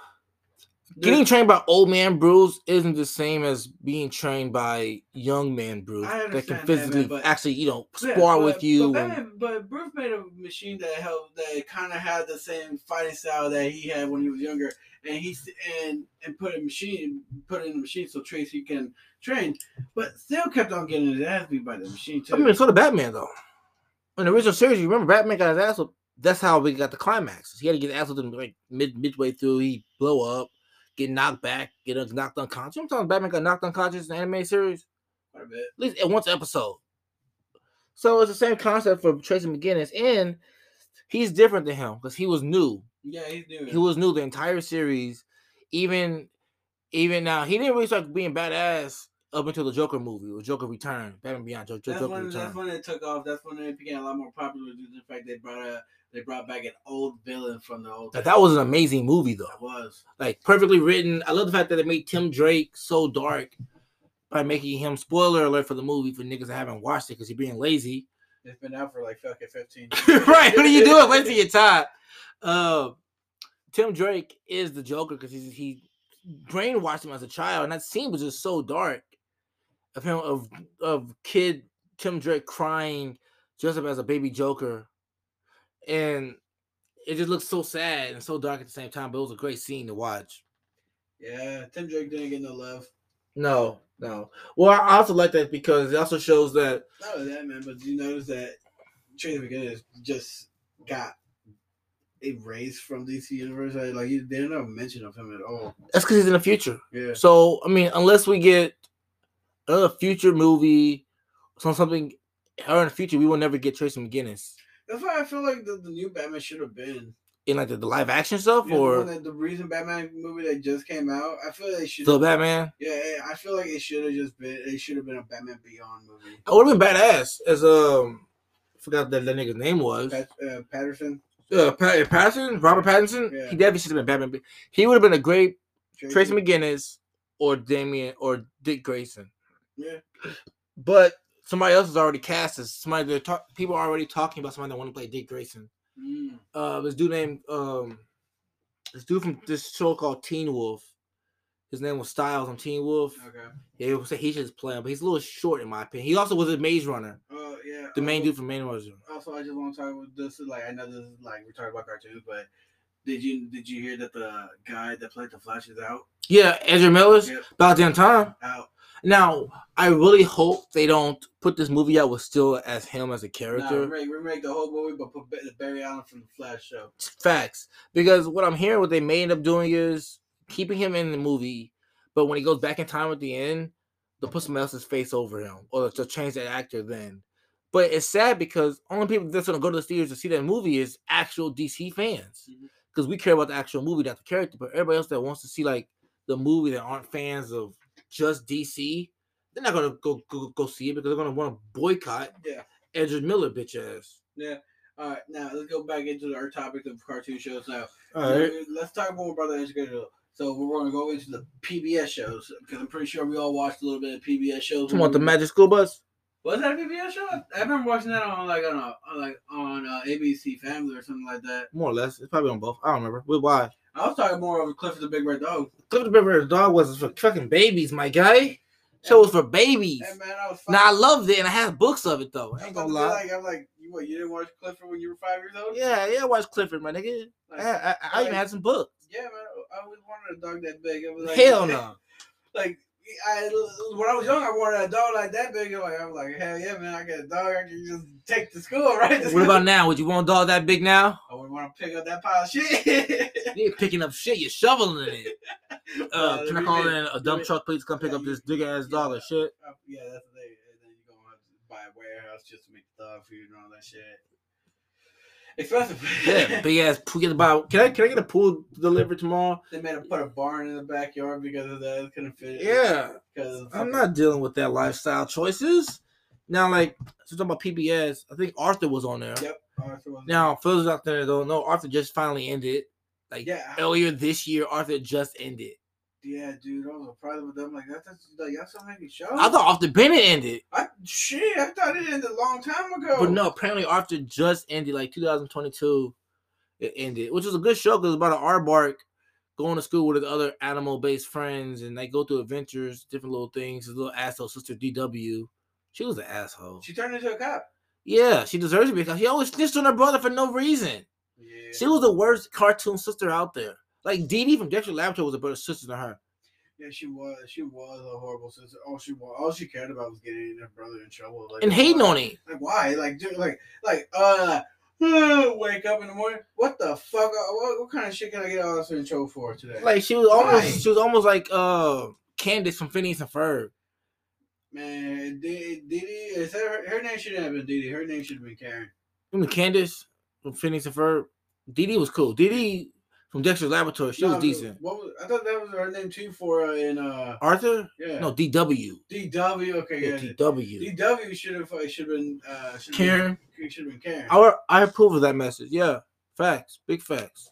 Speaker 2: getting
Speaker 1: Dude,
Speaker 2: trained by old man Bruce isn't the same as being trained by young man Bruce
Speaker 1: I
Speaker 2: that
Speaker 1: understand that,
Speaker 2: can
Speaker 1: man,
Speaker 2: physically
Speaker 1: but-
Speaker 2: actually you know
Speaker 1: yeah,
Speaker 2: spar with
Speaker 1: but-
Speaker 2: you.
Speaker 1: But,
Speaker 2: and-
Speaker 1: Batman, but Bruce made a machine that helped, that kind of had the same fighting style that he had when he was younger, and he s- and and put a machine, put in the machine so Tracy can train, but still kept on getting his ass beat by the machine too.
Speaker 2: I mean, so did Batman though. In the original series, you remember Batman got his ass whooped. That's how we got the climax. He had to get his ass whooped in, like mid midway through. He blow up, get knocked back, get un- knocked unconscious. I'm talking Batman got knocked unconscious in the anime series,
Speaker 1: Quite a bit.
Speaker 2: at least at once episode. So it's the same concept for Tracy McGinnis, and he's different than him because he was new.
Speaker 1: Yeah, he's doing.
Speaker 2: He was new the entire series, even even now. He didn't really start being badass up until the Joker movie or Joker Return, Batman Beyond Jo- Jo-
Speaker 1: that's
Speaker 2: Joker
Speaker 1: when
Speaker 2: Return.
Speaker 1: that's when it took off. That's when it became a lot more popular due to the fact they brought a they brought back an old villain from the old.
Speaker 2: That, that was an amazing movie
Speaker 1: That
Speaker 2: though.
Speaker 1: was.
Speaker 2: Like perfectly written. I love the fact that it made Tim Drake so dark by making him spoiler alert for the movie for niggas that haven't watched it because you're being lazy.
Speaker 1: It's been out for like fucking fifteen.
Speaker 2: right. What are you doing? Wasting your time. Uh, Tim Drake is the Joker because he he brainwashed him as a child, and that scene was just so dark of him of of kid Tim Drake crying just as a baby Joker, and it just looks so sad and so dark at the same time. But it was a great scene to watch.
Speaker 1: Yeah, Tim Drake didn't get no love.
Speaker 2: No, no. Well, I also like that because it also shows that
Speaker 1: Not only that, man, but do you notice that Tracy McGinnis just got erased from DC Universe? Like, like you, there's no mention of him at all.
Speaker 2: that's because he's in the future.
Speaker 1: Yeah.
Speaker 2: So I mean, unless we get another future movie, some something her in the future, we will never get Tracy McGinnis
Speaker 1: That's why I feel like the, the new Batman should have been.
Speaker 2: in like the, the live action stuff
Speaker 1: You know, the, one
Speaker 2: or
Speaker 1: that, the recent Batman movie that just came out, I feel like it should
Speaker 2: the Batman.
Speaker 1: Yeah, yeah, I feel like it should have just been, it should have been a Batman Beyond movie.
Speaker 2: I would have been badass as um forgot that that nigga's name was.
Speaker 1: Pat, uh, Patterson.
Speaker 2: Uh, Pat- Pattinson, Robert Pattinson.
Speaker 1: Yeah.
Speaker 2: He definitely should have been Batman. He would have been a great Tracy
Speaker 1: McGinnis.
Speaker 2: McGinnis or Damian or Dick Grayson.
Speaker 1: Yeah.
Speaker 2: But somebody else is already cast as somebody. They're talk- people are already talking about somebody that want to play Dick Grayson.
Speaker 1: Mm.
Speaker 2: uh this dude named um this dude from this show called Teen Wolf. His name was Styles on Teen Wolf.
Speaker 1: Okay.
Speaker 2: Yeah, he say he should just play him, but he's a little short in my opinion. He also was a Maze Runner,
Speaker 1: Oh yeah.
Speaker 2: the main
Speaker 1: also-
Speaker 2: dude from Maze Runner.
Speaker 1: also I just want to talk about this is like I know this is like we're talking about cartoons, but did you did you hear that the guy that played the Flash is out?
Speaker 2: Yeah, Ezra Miller's
Speaker 1: Yep.
Speaker 2: about damn time.
Speaker 1: Out.
Speaker 2: Now, I really hope they don't put this movie out with still as him as a
Speaker 1: Nah,
Speaker 2: character.
Speaker 1: remake, remake the whole movie, but put Ba- Barry Allen from the Flash show.
Speaker 2: Facts. Because what I'm hearing, what they may end up doing is keeping him in the movie, but when he goes back in time at the end, they'll put someone else's face over him or they'll change that actor then. But it's sad because only people that's gonna go to the theaters to see that movie is actual DC fans.
Speaker 1: Mhm.
Speaker 2: Because we care about the actual movie, not the character. But everybody else that wants to see like the movie that aren't fans of just DC, they're not gonna go go, go see it because they're gonna want to boycott
Speaker 1: Yeah.
Speaker 2: Edward Miller bitch ass.
Speaker 1: All right, now let's go back into our topic of cartoon shows now.
Speaker 2: All
Speaker 1: Let's talk more about that schedule. So we're going to go into the PBS shows because I'm pretty sure we all watched a little bit of PBS shows.
Speaker 2: Talking about the Magic School Bus.
Speaker 1: Was that a PBS show? I remember watching that on like on a, on, like on uh, ABC Family or something like that.
Speaker 2: More or less. It's probably on both. I don't remember. Wait, why?
Speaker 1: I was talking more of Clifford the Big Red Dog.
Speaker 2: Cliff the River Dog was for fucking babies, my guy. Show was for babies.
Speaker 1: Hey man, I was.
Speaker 2: Now I loved it and I have books of it
Speaker 1: I
Speaker 2: though. I
Speaker 1: was
Speaker 2: ain't
Speaker 1: about
Speaker 2: gonna
Speaker 1: to be
Speaker 2: lie.
Speaker 1: Like, I'm like, you what? You didn't watch Clifford when you were five years old?
Speaker 2: Yeah, yeah, watch Clifford, my nigga.
Speaker 1: Like, yeah.
Speaker 2: Yeah, I, I, I even had some books.
Speaker 1: man. I always wanted a dog that big. It was like,
Speaker 2: Hell no.
Speaker 1: Like. I, when I was young, I wanted a dog like that big. Like, I was like, hell yeah, man! I got a dog. I can just take to school, right?
Speaker 2: What about now? Would you want a dog that big now?
Speaker 1: I wouldn't want to pick up that pile of shit.
Speaker 2: You're picking up shit, you're shoveling it. Uh, can I call in a dump truck, please? Come pick up this big ass dog and shit.
Speaker 1: Uh, yeah, that's the thing. And then you're gonna have to buy a warehouse just to make the dog food and all that shit. Expensive.
Speaker 2: Yeah, big ass pool. Get about. Can I can I get a pool delivered tomorrow?
Speaker 1: they made him put a barn in the backyard because of that. It couldn't fit.
Speaker 2: Yeah,
Speaker 1: Because of
Speaker 2: I'm not dealing with that lifestyle choices. Now, like, so talking about PBS, I think Arthur was on there.
Speaker 1: Yep. Arthur was-
Speaker 2: Now, for those out there that don't know, Arthur just finally ended. Like
Speaker 1: Yeah.
Speaker 2: earlier this year, Arthur just ended.
Speaker 1: Yeah, dude. I was surprised with them. Like that's that's- like that's so many shows.
Speaker 2: I thought Arthur Bennett ended,
Speaker 1: I, shit. I thought it ended a long time ago.
Speaker 2: but no, apparently Arthur just ended. Like 2022, it ended, which was a good show because about an aardvark going to school with his other animal-based friends, and they go through adventures, different little things. His little asshole sister DW, she was an asshole.
Speaker 1: She turned into a cop.
Speaker 2: Yeah, she deserves it because she always snitched on her brother for no reason.
Speaker 1: Yeah.
Speaker 2: She was the worst cartoon sister out there. Like Dee Dee from Dexter Laboratory was a better sister than her.
Speaker 1: Yeah, she was. She was a horrible sister. All she was, all she cared about was getting her brother in trouble. Like,
Speaker 2: And hating
Speaker 1: why?
Speaker 2: on him.
Speaker 1: Like why? Like dude, like like uh. Wake up in the morning. What the fuck? uh, What, what kind of shit can I get all this in trouble for today?
Speaker 2: Like she was almost
Speaker 1: Why?
Speaker 2: she was almost like uh Candace from Phineas and Ferb.
Speaker 1: man, Didi, Didi is that her, her name? Shouldn't have been Didi. Her name should have been Karen.
Speaker 2: Remember Candace from Phineas and Ferb? Dee Dee was cool. Dee Dee from Dexter's Laboratory, she
Speaker 1: No,
Speaker 2: was decent.
Speaker 1: What was, I thought that was her name too for uh, in uh
Speaker 2: Arthur?
Speaker 1: yeah
Speaker 2: No, DW.
Speaker 1: DW. Okay,
Speaker 2: Yeah,
Speaker 1: yeah.
Speaker 2: DW.
Speaker 1: DW should have should have been uh should've been-
Speaker 2: Karen.
Speaker 1: should have been Karen.
Speaker 2: I, I approve of that message. Yeah, facts, big facts.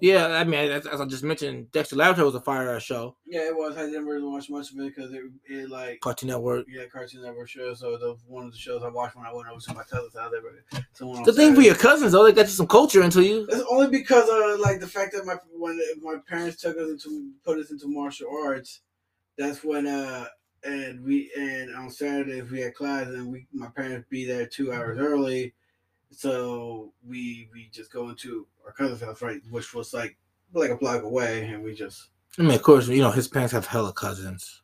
Speaker 2: Yeah, I mean, as, as I just mentioned, Dexter Laboratory was a fire ass show,
Speaker 1: Yeah, it was. I didn't really watch much of it because it, it like
Speaker 2: Cartoon Network.
Speaker 1: yeah, Cartoon Network shows. So the one of the shows I watched when I went over to my cousin's house, they were someone. on
Speaker 2: The thing for
Speaker 1: Saturday.
Speaker 2: your cousins though, they got you some culture into you.
Speaker 1: It's only because of like the fact that my when my parents took us into put us into martial arts, that's when uh and we and on Saturdays we had class and we my parents be there two hours early, so we we just go into our cousin's house right, which was like like a block away, and we just
Speaker 2: I mean, of course, you know his parents have hella cousins,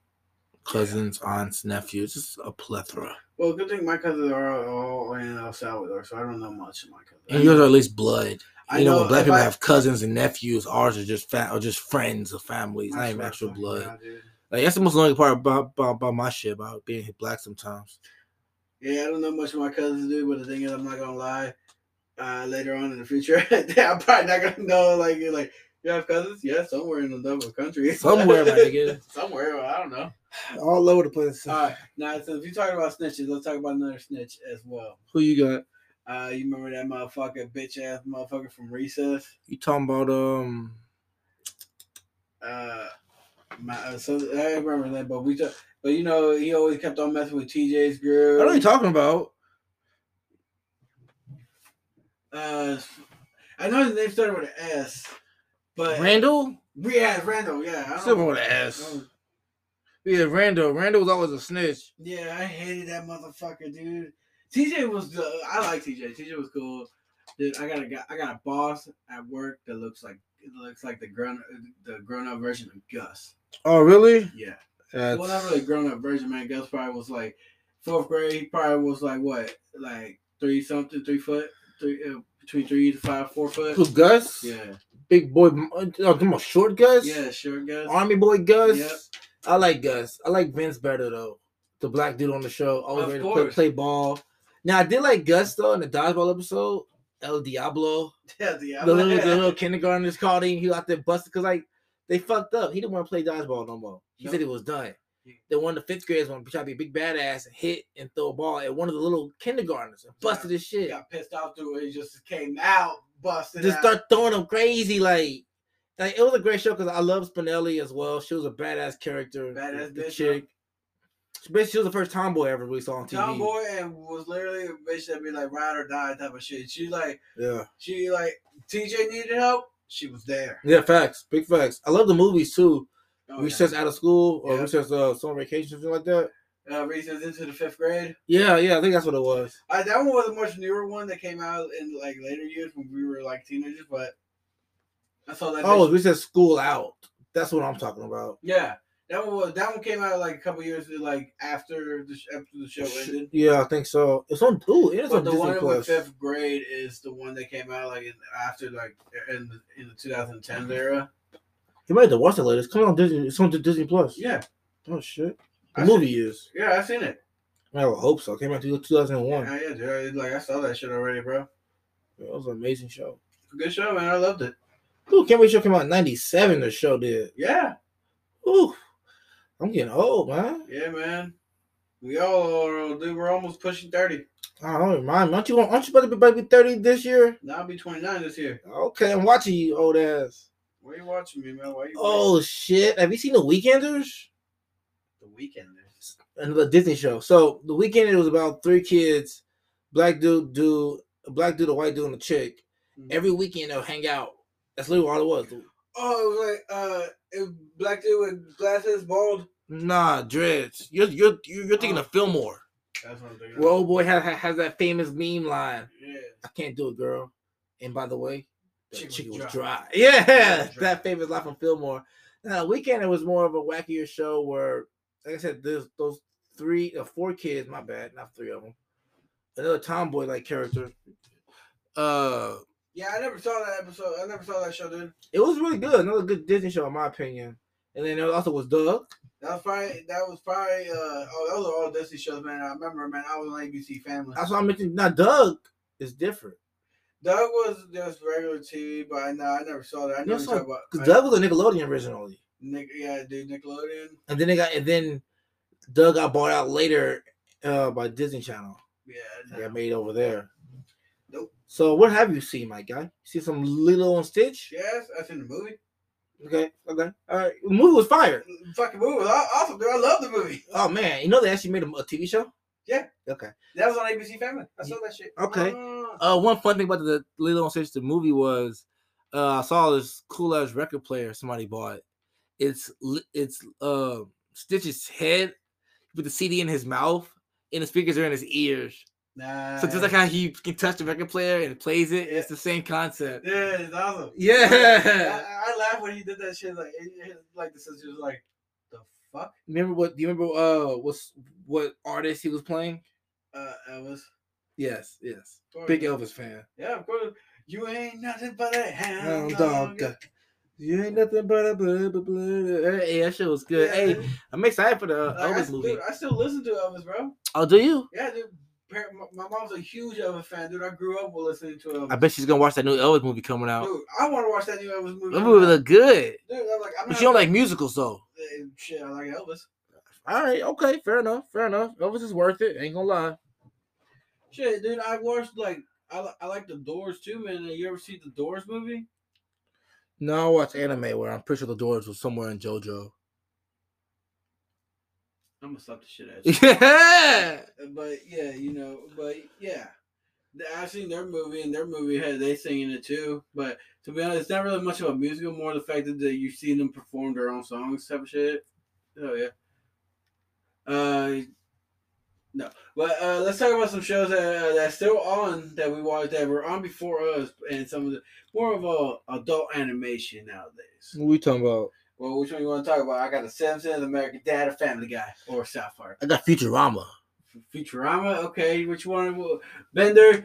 Speaker 2: cousins, aunts, nephews, just a plethora.
Speaker 1: Well, good thing my cousins are all in El Salvador, so I don't know much of my
Speaker 2: And
Speaker 1: cousins.
Speaker 2: yours are at least blood.
Speaker 1: I
Speaker 2: You know,
Speaker 1: know
Speaker 2: when black
Speaker 1: if
Speaker 2: people
Speaker 1: I-
Speaker 2: have cousins and nephews. Ours are just fa- or just friends or families,
Speaker 1: I
Speaker 2: not even
Speaker 1: swear
Speaker 2: actual
Speaker 1: to
Speaker 2: blood.
Speaker 1: God, dude.
Speaker 2: Like that's the most annoying part about, about about my shit about being black sometimes.
Speaker 1: Yeah, I don't know much of my cousins, dude. But the thing is, I'm not gonna lie. Uh, later on in the future, I'm probably not gonna know. Like, you're like you have cousins? Yeah, somewhere in the double country.
Speaker 2: Somewhere, my nigga.
Speaker 1: somewhere. I don't know.
Speaker 2: All over the place.
Speaker 1: All right, now since we talking about snitches, let's talk about another snitch as well.
Speaker 2: Who you got?
Speaker 1: Uh, you remember that motherfucker, bitch ass motherfucker from Recess?
Speaker 2: You talking about um?
Speaker 1: uh, my uh, so I don't remember that, but we just, but you know, he always kept on messing with TJ's
Speaker 2: I
Speaker 1: girl.
Speaker 2: know you talking about.
Speaker 1: uh, I know his name started with an S, but
Speaker 2: Randall.
Speaker 1: yeah, Randall, yeah, I don't-
Speaker 2: Still with an S.
Speaker 1: Oh,
Speaker 2: Yeah, Randall. Randall was always a snitch.
Speaker 1: Yeah, I hated that motherfucker, dude. TJ was the I like TJ. TJ was cool, dude. I got a guy, I got a boss at work that looks like it looks like the grown the grown up version of Gus.
Speaker 2: Oh, really?
Speaker 1: Yeah.
Speaker 2: That's,
Speaker 1: Well, not really grown up version, man. Gus probably was like fourth grade. He probably was like what, like three something, three foot, three uh, between three to five, four
Speaker 2: Who,
Speaker 1: foot.
Speaker 2: Gus?
Speaker 1: Yeah.
Speaker 2: Big boy. Oh, come on, short Gus?
Speaker 1: Yeah, sure, Gus.
Speaker 2: Army boy Gus.
Speaker 1: Yep.
Speaker 2: I like Gus. I like Vince better though. The black dude on the show, always
Speaker 1: Of
Speaker 2: ready to play,
Speaker 1: course.
Speaker 2: play ball. Now I did like Gus though in the dodgeball episode. El Diablo,
Speaker 1: Yeah, the,
Speaker 2: the little, the little kindergartners called him. He was out there busted because like they fucked up. He didn't want to play dodgeball no more. He said
Speaker 1: Nope.
Speaker 2: it was done.
Speaker 1: Yeah.
Speaker 2: Then one of the fifth graders wanted to try to be a big badass and hit and throw a ball at one of the little kindergartners and busted his
Speaker 1: He
Speaker 2: shit.
Speaker 1: got pissed off through it. He just came out busted.
Speaker 2: just
Speaker 1: out.
Speaker 2: start throwing them crazy like. Like it was a great show because I love Spinelli as well. She was a badass character, the-
Speaker 1: Badass
Speaker 2: the
Speaker 1: bitch,
Speaker 2: chick. She basically she was the first tomboy I ever we saw on TV.
Speaker 1: Tomboy and was literally a bitch that be like ride or die type of shit. She like
Speaker 2: Yeah,
Speaker 1: she like TJ needed help. She was there.
Speaker 2: yeah, facts, big facts. I love the movies too.
Speaker 1: Oh,
Speaker 2: Recess out of school or
Speaker 1: Yeah.
Speaker 2: recess uh, summer vacation, something like that.
Speaker 1: yeah. uh, Reese's into the fifth grade.
Speaker 2: Yeah, yeah, I think that's what it was.
Speaker 1: Uh, that one was a much newer one that came out in like later years when we were like teenagers. But I saw that.
Speaker 2: Oh,
Speaker 1: bitch-
Speaker 2: recess school out. That's what I'm talking about.
Speaker 1: yeah, that one was that one came out like a couple years like after the sh- after the show ended.
Speaker 2: Yeah, I think so. It's on. Ooh, it is on
Speaker 1: But the
Speaker 2: Disney
Speaker 1: one with
Speaker 2: Plus.
Speaker 1: fifth grade is the one that came out like in, after like in the, in the 2010s era.
Speaker 2: You might have to watch it later. It's coming on Disney. It's on Disney Plus.
Speaker 1: Yeah,
Speaker 2: Oh shit. The
Speaker 1: I see.
Speaker 2: movie is.
Speaker 1: yeah, I seen it.
Speaker 2: I would hope so. It came out in 2001.
Speaker 1: Yeah, yeah, dude. I, like I saw that shit already, bro.
Speaker 2: It was an amazing show.
Speaker 1: Good show, man. I loved it.
Speaker 2: Ooh, Can't Wait Show came out in 97, the show did.
Speaker 1: Yeah,
Speaker 2: Ooh, I'm getting old, man.
Speaker 1: yeah, man. We all are, dude. We're almost pushing thirty.
Speaker 2: I don't remind me. Aren't you, aren't you about to be, about to be 30 this year?
Speaker 1: Now I'll be twenty nine this year.
Speaker 2: Okay, I'm watching you, old ass.
Speaker 1: Why you watching me, man? Why you?
Speaker 2: Oh, shit. Have you seen The Weekenders?
Speaker 1: the weekenders.
Speaker 2: Another Disney show. So, The Weekend, it was about three kids, black dude, dude, a black dude, a white dude, and a chick.
Speaker 1: Mm.
Speaker 2: Every weekend, they'll hang out. That's literally all it was.
Speaker 1: Oh, it was like uh, it was black dude with glasses, bald.
Speaker 2: Nah, Dreads. You're, you're, you're, you're thinking
Speaker 1: Oh.
Speaker 2: of Fillmore.
Speaker 1: That's what I'm thinking. of.
Speaker 2: Well, old boy has, has that famous meme line.
Speaker 1: yeah.
Speaker 2: I can't do it, girl. And by the way, the
Speaker 1: Chicken
Speaker 2: chicken,
Speaker 1: was
Speaker 2: was dry.
Speaker 1: dry.
Speaker 2: Yeah,
Speaker 1: Chicken was dry.
Speaker 2: that famous line from Fillmore. Now, weekend it was more of a wackier show where, like I said, there's those three or four kids. My bad, not three of them. Another tomboy like character. Uh,
Speaker 1: Yeah, I never saw that episode. I never saw that show, dude.
Speaker 2: it was really good. Another good Disney show, in my opinion. And then there also was Doug.
Speaker 1: That was probably that was probably uh oh those are all Disney shows, man. I remember, man. I was on ABC Family.
Speaker 2: That's why I mentioned. Now Doug is different
Speaker 1: Doug was just regular TV, but I know I never saw that. I
Speaker 2: You
Speaker 1: never
Speaker 2: saw-
Speaker 1: saw about
Speaker 2: because Doug was a Nickelodeon originally.
Speaker 1: Nick, yeah, dude, Nickelodeon.
Speaker 2: and then they got and then Doug got bought out later uh by Disney Channel.
Speaker 1: Yeah,
Speaker 2: They
Speaker 1: no.
Speaker 2: got made over there.
Speaker 1: Nope.
Speaker 2: So what have you seen, my guy? You see some Lilo and Stitch?
Speaker 1: yes, I seen the movie.
Speaker 2: Okay, okay, all right. The movie was fire.
Speaker 1: Fucking movie was aw- awesome, dude. I love the movie.
Speaker 2: Oh man, you know they actually made a, a TV show.
Speaker 1: Yeah.
Speaker 2: Okay.
Speaker 1: That was on ABC Family. I saw that shit.
Speaker 2: Okay.
Speaker 1: Ah.
Speaker 2: Uh, one fun thing about the Lilo and Stitch the movie was, uh, I saw this cool ass record player somebody bought. It's li- it's uh Stitch's head with the CD in his mouth, and the speakers are in his ears.
Speaker 1: Nah.
Speaker 2: So just like how he can touch the record player and plays it, it's the same concept.
Speaker 1: yeah, it's awesome.
Speaker 2: Yeah.
Speaker 1: I, I laugh when he did that shit. Like, it, it- like the sister was like, the fuck?
Speaker 2: Remember what? Do you remember uh what's what artist he was playing?
Speaker 1: Uh, Elvis.
Speaker 2: Yes, yes.
Speaker 1: Or-
Speaker 2: Big Elvis fan.
Speaker 1: Oh, Yeah, of course. You ain't nothing but a hound
Speaker 2: Hound
Speaker 1: dog.
Speaker 2: dog. You ain't nothing but a blah blah blah. Hey, that shit was good.
Speaker 1: Yeah,
Speaker 2: hey,
Speaker 1: dude.
Speaker 2: I'm excited for the uh,
Speaker 1: Like, I,
Speaker 2: Elvis
Speaker 1: still-
Speaker 2: movie.
Speaker 1: Dude, I still listen to Elvis, bro.
Speaker 2: Oh, do you?
Speaker 1: Yeah, dude. par- my- My mom's a huge Elvis fan, dude. I grew up with listening to Elvis.
Speaker 2: I bet she's gonna watch that new Elvis movie coming out.
Speaker 1: Dude, I want to watch that new Elvis movie.
Speaker 2: That movie look good,
Speaker 1: Dude, I'm like, I'm
Speaker 2: but
Speaker 1: not.
Speaker 2: you don't like musicals though.
Speaker 1: Eh, Shit, I like Elvis.
Speaker 2: All right, okay, fair enough, fair enough. Elvis is worth it. Ain't gonna lie.
Speaker 1: Shit, dude, I watched like I, li- I like the Doors too, man. You ever see the Doors movie?
Speaker 2: No, I watch anime where I'm pretty sure the doors was somewhere in JoJo.
Speaker 1: I'm gonna slap the shit out. you.
Speaker 2: Yeah.
Speaker 1: Uh, but yeah, you know, but yeah, Th- I've seen their movie and their movie had they singing it too. But to be honest, it's not really much of a musical, more the fact that that you've seen them perform their own songs type of shit. Oh yeah. Uh, no, But uh, let's talk about some shows that uh, that's still on that we watched that were on before us, and some of the more of a adult animation nowadays.
Speaker 2: What we talking about?
Speaker 1: Well, which one you want to talk about? I got The Simpsons, American Dad, or Family Guy, or South Park.
Speaker 2: I got Futurama.
Speaker 1: Futurama. Okay, which one? Bender.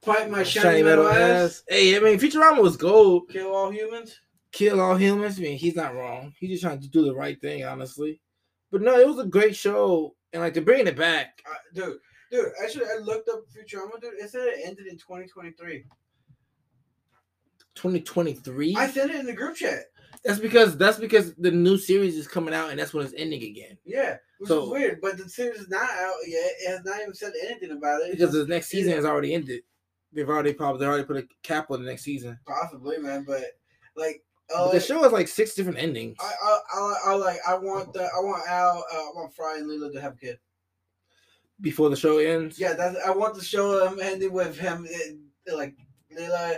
Speaker 1: Fight my shiny, metal, ass.
Speaker 2: Hey, I mean Futurama was gold.
Speaker 1: Kill all humans.
Speaker 2: Kill all humans. I mean, he's not wrong. He's just trying to do the right thing, honestly. But no, it was a great show, and like to bring it back.
Speaker 1: Uh, dude, dude. Actually, I looked up Futurama, dude. It said it ended in 2023.
Speaker 2: 2023.
Speaker 1: I said it in the group chat.
Speaker 2: That's because that's because the new series is coming out, and that's when it's ending again.
Speaker 1: Yeah, which
Speaker 2: So-
Speaker 1: is weird. But the series is not out yet. It has not even said anything about it. It's
Speaker 2: Because
Speaker 1: just
Speaker 2: the next season has already ended. They've already probably they already put a cap on the next season.
Speaker 1: possibly, man. But like,
Speaker 2: But
Speaker 1: uh,
Speaker 2: the show has like six different endings.
Speaker 1: I, I, I, I like. I want the. I want Al. Uh, I want Fry and Lilo to have a kid.
Speaker 2: before the show ends.
Speaker 1: Yeah, that's. I want the show um, ending with him, eh, like Lila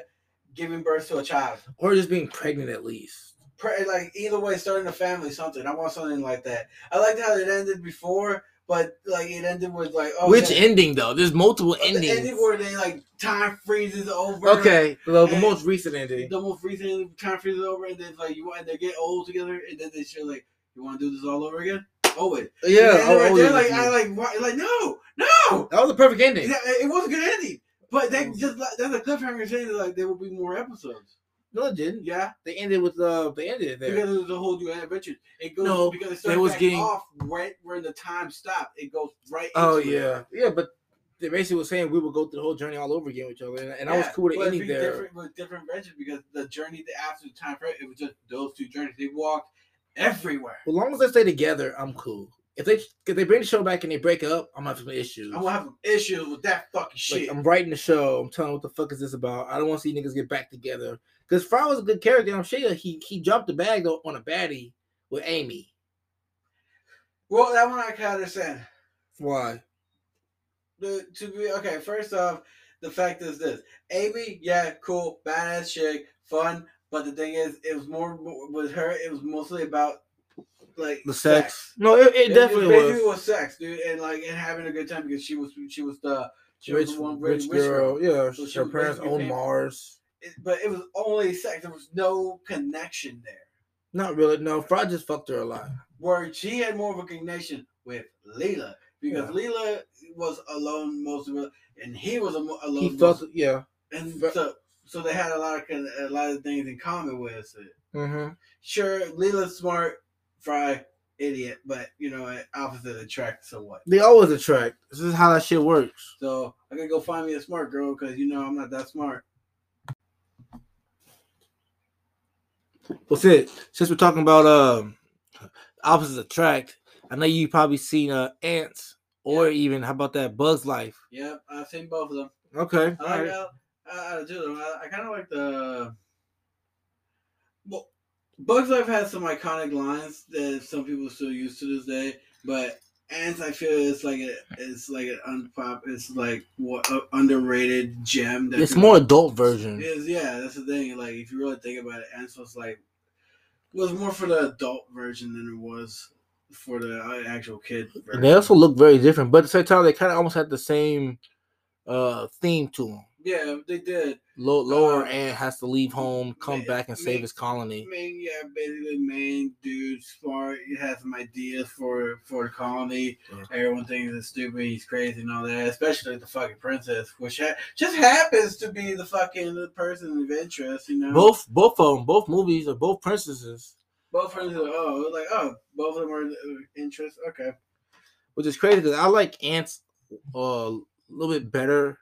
Speaker 1: giving birth to a child.
Speaker 2: Or just being pregnant at least.
Speaker 1: Pre- like either way, starting a family, something. I want something like that. I liked how it ended before, but like it ended with like oh,
Speaker 2: Which
Speaker 1: yeah.
Speaker 2: ending though? There's multiple
Speaker 1: But
Speaker 2: endings.
Speaker 1: The ending where they like time freezes over.
Speaker 2: okay, the, the
Speaker 1: And-
Speaker 2: most recent ending.
Speaker 1: The most recent time freezes over, and then like you want, and they get old together, and then they show like you want to do this all over again. Oh wait,
Speaker 2: Yeah,
Speaker 1: And then
Speaker 2: I- I
Speaker 1: right
Speaker 2: was
Speaker 1: there,
Speaker 2: with
Speaker 1: like I
Speaker 2: you.
Speaker 1: like why, like no, no,
Speaker 2: that was a perfect ending.
Speaker 1: Yeah, it was a good ending. But they
Speaker 2: Mm.
Speaker 1: just like- that's a cliffhanger saying that like there will be more episodes.
Speaker 2: No, it didn't.
Speaker 1: Yeah,
Speaker 2: They ended with uh, they ended it there.
Speaker 1: because it was a whole new adventure. It goes
Speaker 2: No,
Speaker 1: because it
Speaker 2: they
Speaker 1: starts
Speaker 2: was
Speaker 1: back
Speaker 2: getting-
Speaker 1: off right where the time stopped. It goes right.
Speaker 2: Oh
Speaker 1: into it.
Speaker 2: yeah, yeah, but they basically were saying we would go through the whole journey all over again with each other, and, and I was
Speaker 1: Yeah,
Speaker 2: cool with it
Speaker 1: but it'd
Speaker 2: ending
Speaker 1: be
Speaker 2: there.
Speaker 1: Different, with different adventures because the journey that after the time frame, it was just those two journeys. They walked everywhere.
Speaker 2: Well, as long as they stay together, I'm cool. If they if they bring the show back and they break up, I'm having some issues.
Speaker 1: I'm gonna have issues with that fucking
Speaker 2: Like,
Speaker 1: shit.
Speaker 2: I'm writing the show. I'm telling what the fuck is this about. I don't want to see niggas get back together. Cause Fry was a good character. and I'm sure he he dropped the bag though on a baddie with Amy.
Speaker 1: well, that one I can understand.
Speaker 2: Why?
Speaker 1: the to be okay. First off, the fact is this: Amy, yeah, cool, badass chick, fun. But the thing is, it was more with her. It was mostly about like
Speaker 2: No, it, it,
Speaker 1: It,
Speaker 2: definitely was.
Speaker 1: basically was sex, dude, and like and having a good time because she was she was the she
Speaker 2: Rich,
Speaker 1: was the one
Speaker 2: rich, girl. Yeah,
Speaker 1: So she
Speaker 2: her
Speaker 1: was
Speaker 2: parents
Speaker 1: basically
Speaker 2: own
Speaker 1: paying-
Speaker 2: Mars.
Speaker 1: It, but it was only sex. There was no connection there.
Speaker 2: Not really. No, Fry just fucked her a lot.
Speaker 1: Where she had more of a connection with Leela because
Speaker 2: Yeah.
Speaker 1: Leela was alone most of it, and he was amo- alone.
Speaker 2: He
Speaker 1: most
Speaker 2: fucked. Yeah.
Speaker 1: and
Speaker 2: But-
Speaker 1: so so they had a lot of con- a lot of things in common with us.
Speaker 2: Mm-hmm.
Speaker 1: Sure, Leela's smart, Fry idiot, but you know opposite attract somewhat.
Speaker 2: They always attract. This is how that shit works.
Speaker 1: So I gotta go find me a smart girl because you know I'm not that smart.
Speaker 2: Well, it. Since we're talking about um opposites attract, I know you probably seen uh ants or even how about that Bugs Life.
Speaker 1: Yep, I've seen both of them.
Speaker 2: Okay.
Speaker 1: I like how uh, two of them. I, I kind of like the. Well, Bugs Life has some iconic lines that some people still use to this day, but Ants, I feel it's like a, it's like an unpop, it's like what uh, underrated gem. That
Speaker 2: It's
Speaker 1: people-
Speaker 2: more adult version.
Speaker 1: Is yeah, that's the thing. Like if you really think about it, Ants was like was more for the adult version than it was for the uh, actual kid. Version.
Speaker 2: And they also look very different, but at the same time, they kind of almost had the same uh theme to them.
Speaker 1: yeah, they did.
Speaker 2: Low, lower
Speaker 1: Uh,
Speaker 2: and has to leave home, come
Speaker 1: ma-
Speaker 2: back and save
Speaker 1: ma-
Speaker 2: his colony.
Speaker 1: main yeah basically main dude smart he has some ideas for for the colony
Speaker 2: Yeah.
Speaker 1: everyone thinks it's stupid he's crazy and all that especially the fucking princess which ha- just happens to be the fucking person of interest you know
Speaker 2: Both, both of them, both movies are both princesses,
Speaker 1: both friends are oh it's like oh both of them are uh, interest okay
Speaker 2: which is crazy because I like ants uh, a little bit better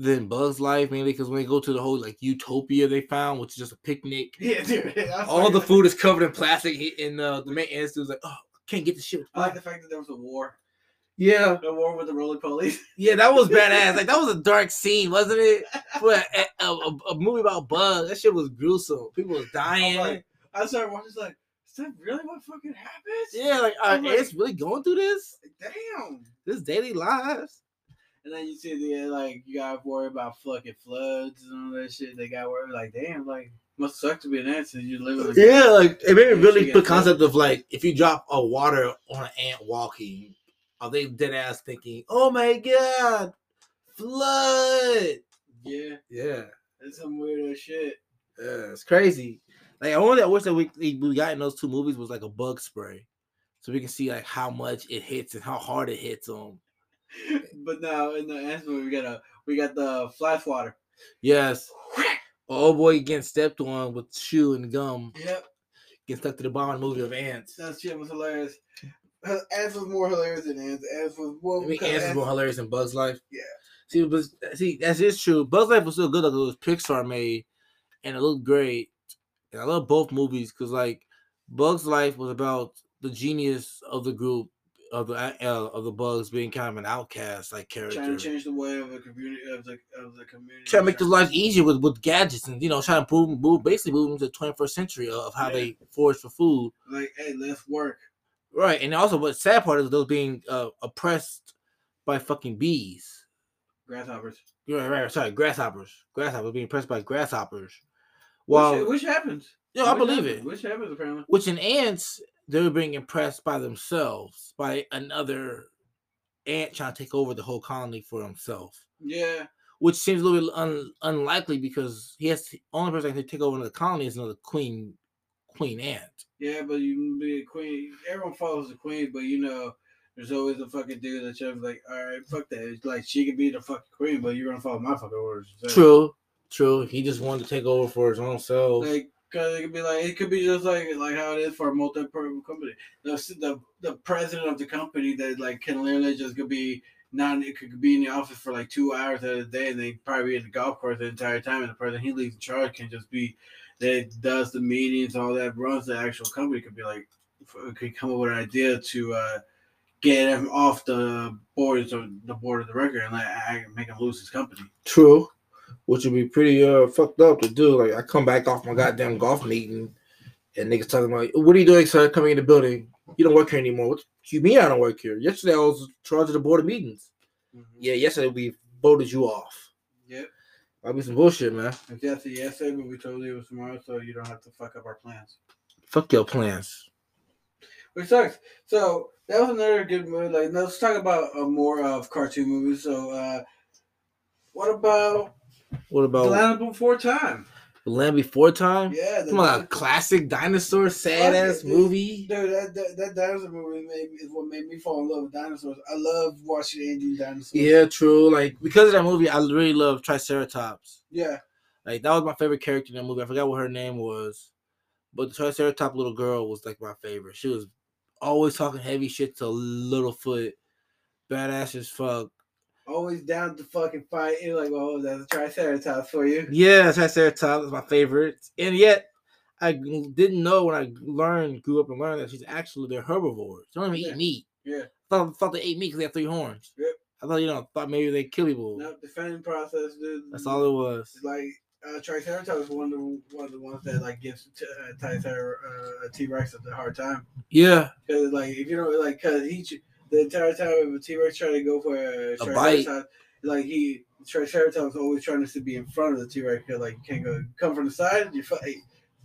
Speaker 2: than Bugs Life, mainly because when they go to the whole like utopia they found, which is just a picnic,
Speaker 1: yeah dude I was
Speaker 2: all
Speaker 1: like-
Speaker 2: the food is covered in plastic, he- and uh, the main ants was like, "Oh, can't get the shit." with
Speaker 1: I like the
Speaker 2: plastic."
Speaker 1: fact that there was a war
Speaker 2: Uh, Yeah,
Speaker 1: a war with the roller police
Speaker 2: Yeah, that was badass. Like that was a dark scene, wasn't it? For a, a, a, a movie about bugs, that shit was gruesome. People was dying.
Speaker 1: like- I started watching it's like is that really what fucking happens
Speaker 2: yeah, like are
Speaker 1: I'm like-
Speaker 2: ants really going through this?
Speaker 1: damn
Speaker 2: This daily lives.
Speaker 1: And then you see the like you gotta worry about fucking floods and all that shit. They gotta worry like damn, like must suck to be an ant since you live in a
Speaker 2: Yeah, like it made
Speaker 1: Yeah,
Speaker 2: me really
Speaker 1: she
Speaker 2: the
Speaker 1: got
Speaker 2: concept of like if you drop a water on an ant walking, Are they dead ass thinking, oh my god, flood?
Speaker 1: Yeah,
Speaker 2: Yeah.
Speaker 1: that's some weird ass shit.
Speaker 2: Yeah, it's crazy. Like I only I wish that we we we got in those two movies was like a bug spray, so we can see like how much it hits and how hard it hits them.
Speaker 1: But now in the next movie, we got a we got the fly swatter.
Speaker 2: Yes. Oh boy, getting stepped on with shoe and gum,
Speaker 1: Yep,
Speaker 2: getting stuck to the bottom movie of ants.
Speaker 1: that shit was hilarious. Uh, Ants was more hilarious than ants. Ants was
Speaker 2: I
Speaker 1: well,
Speaker 2: mean,
Speaker 1: because
Speaker 2: ants is more hilarious than Bugs Life.
Speaker 1: Yeah.
Speaker 2: See, but see, that's is true. Bugs Life was still good. Like it was Pixar made, and it looked great. And I love both movies because like Bugs Life was about the genius of the group of the uh, of the bugs being kind of an outcast like character.
Speaker 1: trying to change the way of the community of the of the community.
Speaker 2: trying to make their life easier with, with gadgets and you know trying to move, move basically move them to the 21st century of how
Speaker 1: Yeah.
Speaker 2: they forage for food
Speaker 1: like, hey, let's work.
Speaker 2: right and also what sad part is those being uh, oppressed by fucking bees
Speaker 1: Grasshoppers.
Speaker 2: right, right sorry grasshoppers grasshoppers being oppressed by grasshoppers
Speaker 1: Well,
Speaker 2: while
Speaker 1: which, which happens.
Speaker 2: yo, i
Speaker 1: Which
Speaker 2: believe
Speaker 1: happens,
Speaker 2: it
Speaker 1: Which happens apparently.
Speaker 2: which in ants they're being impressed by themselves by another ant trying to take over the whole colony for himself
Speaker 1: Yeah,
Speaker 2: which seems a little bit un- unlikely because he has only person that can take over another colony is another queen queen ant.
Speaker 1: yeah, but you can be a queen. Everyone follows the queen, but you know, there's always a fucking dude that's just like, all right, fuck that. It's like she could be the fucking queen, but you're gonna follow my fucking orders. So,
Speaker 2: True, true. He just wanted to take over for his own self.
Speaker 1: Like, cause it could be like it could be just like like how it is for a multi company. The, the the president of the company that like can literally just could be not it could be in the office for like two hours out of the day and they probably be in the golf course the entire time and the person he leaves in charge can just be that does the meetings all that runs the actual company could be like f- could come up with an idea to uh get him off the board so the board of the record and like I, make him lose his company
Speaker 2: True, which would be pretty uh fucked up to do. Like I come back off my goddamn golf meeting, and niggas talking about, "What are you doing, sir? Coming in the building? You don't work here anymore." What you mean I don't work here? Yesterday I was in charge of the board of meetings. Yeah, yesterday we voted you off.
Speaker 1: yep
Speaker 2: That'd be some bullshit, man.
Speaker 1: If that's a yes but we told you it was tomorrow, so you don't have to fuck up our plans.
Speaker 2: Fuck your plans.
Speaker 1: Which sucks. So that was another good movie. Like now let's talk about uh, more of cartoon movies. So uh what about
Speaker 2: What
Speaker 1: The
Speaker 2: about
Speaker 1: Land Before Time?
Speaker 2: Land Before Time?
Speaker 1: Yeah, the
Speaker 2: Come on, a classic dinosaur sad
Speaker 1: Fuck
Speaker 2: ass
Speaker 1: it, dude.
Speaker 2: movie.
Speaker 1: Dude, that, that that dinosaur movie made, is what made me fall in love with dinosaurs. I love watching Indian dinosaurs.
Speaker 2: Yeah, true. Like because of that movie, I really love Triceratops.
Speaker 1: yeah,
Speaker 2: Like that was my favorite character in that movie. I forgot what her name was, but the Triceratops little girl was like my favorite. She was always talking heavy shit to Littlefoot, badass as fuck.
Speaker 1: always down to fucking fight. You're like, oh, that's a triceratops for you.
Speaker 2: Yeah, Triceratops is my favorite, and yet I g- didn't know when I learned, grew up and learned that she's actually they're herbivores. They don't even
Speaker 1: Yeah.
Speaker 2: eat meat.
Speaker 1: Yeah.
Speaker 2: thought, thought they ate meat because they have three horns.
Speaker 1: Yep.
Speaker 2: I thought you know thought maybe they kill people.
Speaker 1: Nope, defending process, dude.
Speaker 2: That's all it was.
Speaker 1: It's like uh, Triceratops is one of the one of the ones that like gives t- uh, Tricer uh, T Rex a hard time
Speaker 2: Yeah,
Speaker 1: because like if you don't like because he ch- the entire time if a T Rex tried to go for a,
Speaker 2: bite.
Speaker 1: Triceratops, like he Triceratops always trying to be in front of the T Rex because like you can't go come from the side you fuck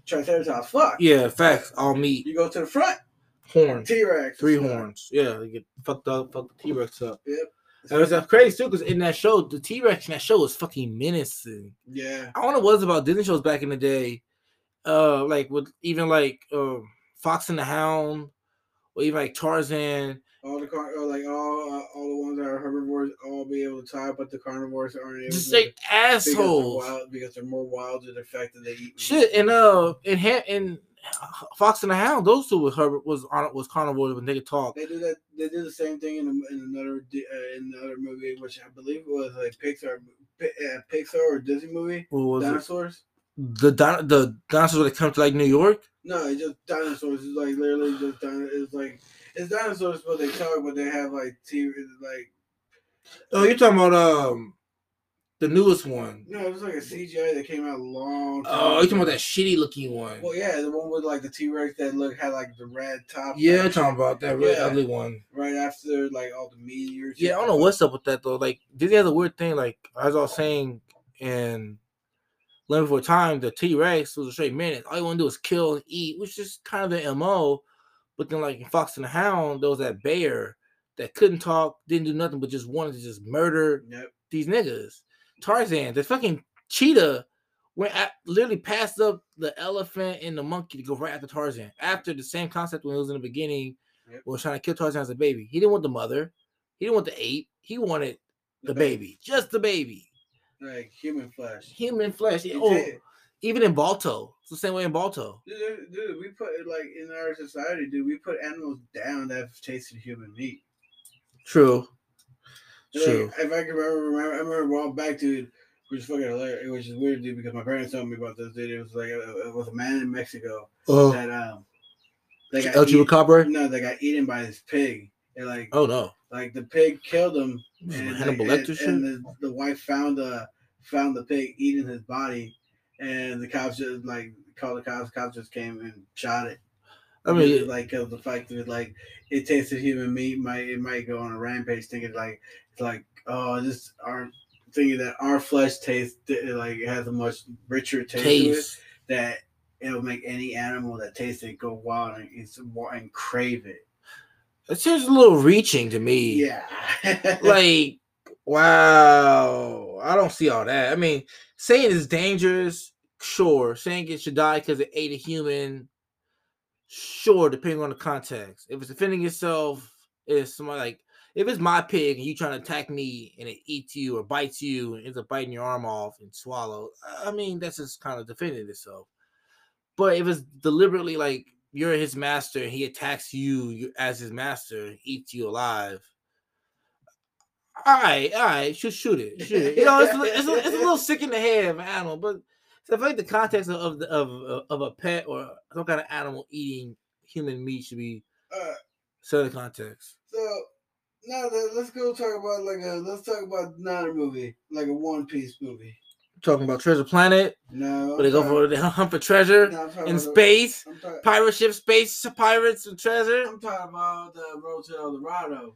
Speaker 1: Triceratops fuck
Speaker 2: yeah. Facts. All meat,
Speaker 1: you go to the front
Speaker 2: horns,
Speaker 1: T Rex
Speaker 2: three horns. Yeah, they get fucked up, fuck the T Rex up.
Speaker 1: Yep.
Speaker 2: That was uh, crazy too, because in that show, the T Rex in that show was fucking menacing.
Speaker 1: yeah
Speaker 2: I don't know what it was about Disney shows back in the day, uh, like with even like um, Fox and the Hound, or even like Tarzan.
Speaker 1: all the car or like all uh, all the ones that are herbivores all be able to tie but the carnivores aren't able
Speaker 2: Just
Speaker 1: to.
Speaker 2: like
Speaker 1: Because they're
Speaker 2: assholes.
Speaker 1: wild, because they're more wild to the fact that they eat meat.
Speaker 2: Shit, and uh, and ha- and Fox and the Hound, those two was Herbert was on was carnivores when they could talk.
Speaker 1: They do that. They do the same thing in, a, in another di- uh, in another movie, which I believe was like Pixar, Pi- uh, Pixar or Disney movie.
Speaker 2: What was it?
Speaker 1: dinosaurs?
Speaker 2: the din- the dinosaurs that come to like New York.
Speaker 1: No, it's just dinosaurs. It's like literally just dinosaurs. It's like it's dinosaurs, but they talk, but they have like TV. Like
Speaker 2: Oh, you're talking about um the newest one.
Speaker 1: no, it was like a CGI that came out a long. Time
Speaker 2: Oh, you're talking
Speaker 1: ago.
Speaker 2: about that shitty looking one.
Speaker 1: Well, yeah, the one with like the T Rex that look had like the red top.
Speaker 2: Yeah, you're
Speaker 1: like,
Speaker 2: talking about that really
Speaker 1: Yeah.
Speaker 2: ugly one.
Speaker 1: right after like all the meteors.
Speaker 2: Yeah, I don't know what's up with that though. Like Disney has a weird thing. Like as I was saying in Land Before Time, the T Rex was a straight menace. All you want to do is kill and eat, which is kind of the mo. But then like in Fox and the Hound, there was that bear that couldn't talk, didn't do nothing, but just wanted to just murder
Speaker 1: Yep.
Speaker 2: these niggas. Tarzan, the fucking cheetah, went at, literally passed up the elephant and the monkey to go right after Tarzan. After the same concept when it was in the beginning,
Speaker 1: Yep.
Speaker 2: when was trying to kill Tarzan as a baby. He didn't want the mother. He didn't want the ape. He wanted the, baby. just the baby,
Speaker 1: Like human flesh.
Speaker 2: human flesh.
Speaker 1: You
Speaker 2: Oh,
Speaker 1: take-
Speaker 2: even in Balto, it's the same way in Balto.
Speaker 1: Dude, dude, we put like in our society, dude, we put animals down that have tasted human meat.
Speaker 2: True.
Speaker 1: Like,
Speaker 2: True.
Speaker 1: if I can remember, remember, I remember a while back, dude, which is fucking hilarious, which is weird, dude, because my parents told me about this, dude. It was like uh, it was a man in Mexico
Speaker 2: Oh,
Speaker 1: that um, they got
Speaker 2: El Chivo
Speaker 1: eat,
Speaker 2: Copper.
Speaker 1: no, they got eaten by this pig, and like
Speaker 2: Oh no,
Speaker 1: like the pig killed him,
Speaker 2: This is
Speaker 1: and,
Speaker 2: some
Speaker 1: like,
Speaker 2: Hannibal
Speaker 1: and-
Speaker 2: Lecter
Speaker 1: and
Speaker 2: shit.
Speaker 1: the, the wife found uh found the pig eating his body, and the cops just like called the cops. Cops just came and shot it.
Speaker 2: I mean,
Speaker 1: like 'cause the fact that like it tasted human meat might it might go on a rampage thinking like it's like oh this our thinking that our flesh tastes like it has a much richer taste, To it,
Speaker 2: taste.
Speaker 1: that it'll make any animal that tastes it go wild and it's wa- and crave it.
Speaker 2: It's just a little reaching to me.
Speaker 1: Yeah,
Speaker 2: like wow i don't see all that i mean saying it's dangerous sure saying it should die because it ate a human sure depending on the context if it's defending yourself if it's somebody like if it's my pig and you trying to attack me and it eats you or bites you and ends up biting your arm off and swallow i mean that's just kind of defending itself but if it's deliberately like you're his master and he attacks you you- as his master eats you alive all right, all right, shoot, shoot it, shoot it. You know, it's, a li- it's, a, it's a little sick in the head of an animal, but so I feel like the context of of, the, of of a pet or some kind of animal eating human meat should be
Speaker 1: Uh,
Speaker 2: set in context.
Speaker 1: so now that, let's go talk about like a let's talk about not a movie like a One Piece movie.
Speaker 2: talking about Treasure Planet,
Speaker 1: No,
Speaker 2: where they go for they hunt for treasure in space,
Speaker 1: I'm talking,
Speaker 2: pirate ship, space pirates and treasure.
Speaker 1: I'm talking about the Road to El Dorado.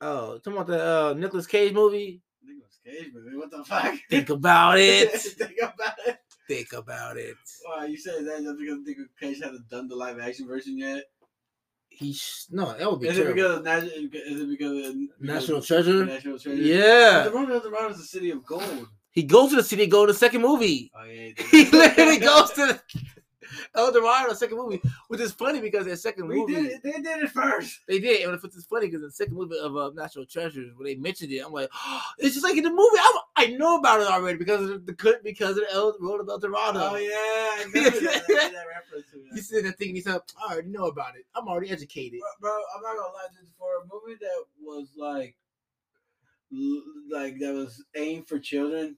Speaker 2: Oh, talking about the uh, Nicolas Cage movie.
Speaker 1: Nicholas Cage, baby. What the fuck?
Speaker 2: Think about it.
Speaker 1: Think about it.
Speaker 2: Think about it.
Speaker 1: Wow, you said that just because Nicholas Cage hasn't done the live action version yet?
Speaker 2: He sh- no, that would be
Speaker 1: Is it
Speaker 2: terrible.
Speaker 1: because of nat- is it because of
Speaker 2: National Treasure.
Speaker 1: National Treasure?
Speaker 2: Yeah,
Speaker 1: The Road to El Dorado is a city of gold.
Speaker 2: he goes to the city, to go to the second movie.
Speaker 1: Oh yeah.
Speaker 2: he literally goes to the El Dorado second movie, which is funny because their second
Speaker 1: We
Speaker 2: movie
Speaker 1: did it. They did it first.
Speaker 2: they did, and it's funny because the second movie of uh, National Treasures when they mentioned it, I'm like, it's just like in the movie. I'm, I know about it already because of the cut because of El Road of El Dorado.
Speaker 1: Oh yeah. I remember that. I made that reference to
Speaker 2: You
Speaker 1: that.
Speaker 2: sit there thinking, yourself, I already know about it. I'm already educated.
Speaker 1: Bro, bro, I'm not gonna lie, dude. For a movie that was like, l- like that was aimed for children,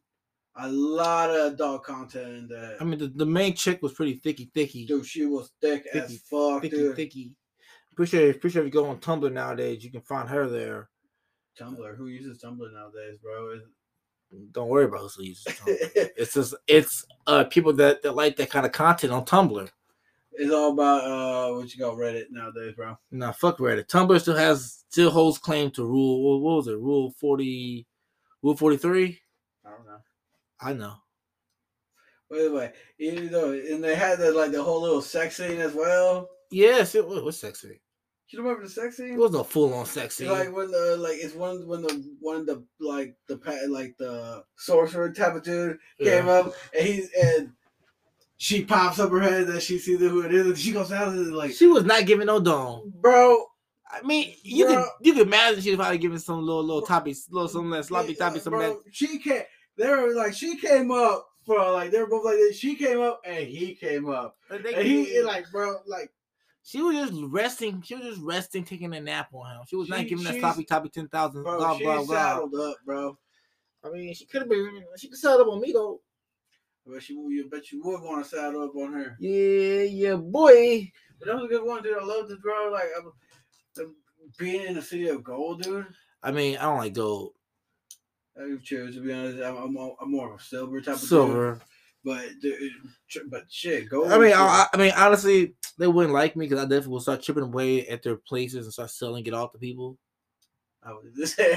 Speaker 1: a lot of adult content in that.
Speaker 2: I mean, the, the main chick was pretty thicky, thicky,
Speaker 1: Dude, she was thick as
Speaker 2: Thicky-
Speaker 1: fuck,
Speaker 2: thicky,
Speaker 1: dude.
Speaker 2: thicky. Pretty sure, pretty sure if you go on Tumblr nowadays, you can find her there.
Speaker 1: Tumblr, who uses Tumblr nowadays, bro? Is-
Speaker 2: Don't worry about who uses Tumblr. it's just it's uh people that, that like that kind of content on Tumblr.
Speaker 1: it's all about uh, what you call Reddit nowadays, bro.
Speaker 2: Nah, fuck Reddit. Tumblr still has still holds claim to rule. What, what was it? Rule forty, rule forty three.
Speaker 1: I don't know.
Speaker 2: I know.
Speaker 1: But anyway, even though, and they had the, like the whole little sex scene as well.
Speaker 2: Yes, it was, was sexy.
Speaker 1: You remember the sex
Speaker 2: It
Speaker 1: scene?
Speaker 2: was no full on sexy.
Speaker 1: Like when the like it's one when the one of the like the pa- like the sorcerer type of dude
Speaker 2: Yeah.
Speaker 1: came up and he's and she pops up her head that she sees who it is and she goes out and is like,
Speaker 2: she was not giving no dong.
Speaker 1: bro,
Speaker 2: I mean, you could
Speaker 1: Bruh.
Speaker 2: you could imagine she was probably giving some little little toppy, little some that sloppy
Speaker 1: Yeah,
Speaker 2: toppy, some
Speaker 1: bro,
Speaker 2: that.
Speaker 1: She came. They were like she came up for like they were both like this. She came up and he came up
Speaker 2: I think
Speaker 1: and he like bro like
Speaker 2: she was just resting. She was just resting, taking a nap on him. She was
Speaker 1: She-
Speaker 2: not giving that
Speaker 1: she's-
Speaker 2: sloppy toppy ten thousand.
Speaker 1: bro
Speaker 2: Blah
Speaker 1: she
Speaker 2: blah blah.
Speaker 1: saddled up bro.
Speaker 2: I mean, she could have been. She could settle up on me though.
Speaker 1: But she would- you bet you would want to saddle up on her.
Speaker 2: Yeah, yeah, boy.
Speaker 1: But that was a good one, dude. I loved it, bro. Like I'm, the- being in the city of gold, dude.
Speaker 2: I mean, I don't like gold,
Speaker 1: I'm true to be honest. I'm, I'm, more- I'm more of a silver type of dude.
Speaker 2: silver.
Speaker 1: But dude, tr- but shit, gold.
Speaker 2: I mean,
Speaker 1: shit.
Speaker 2: I, I- I mean, honestly, they wouldn't like me because I definitely will start chipping away at their places and start selling it off to people.
Speaker 1: I would just say.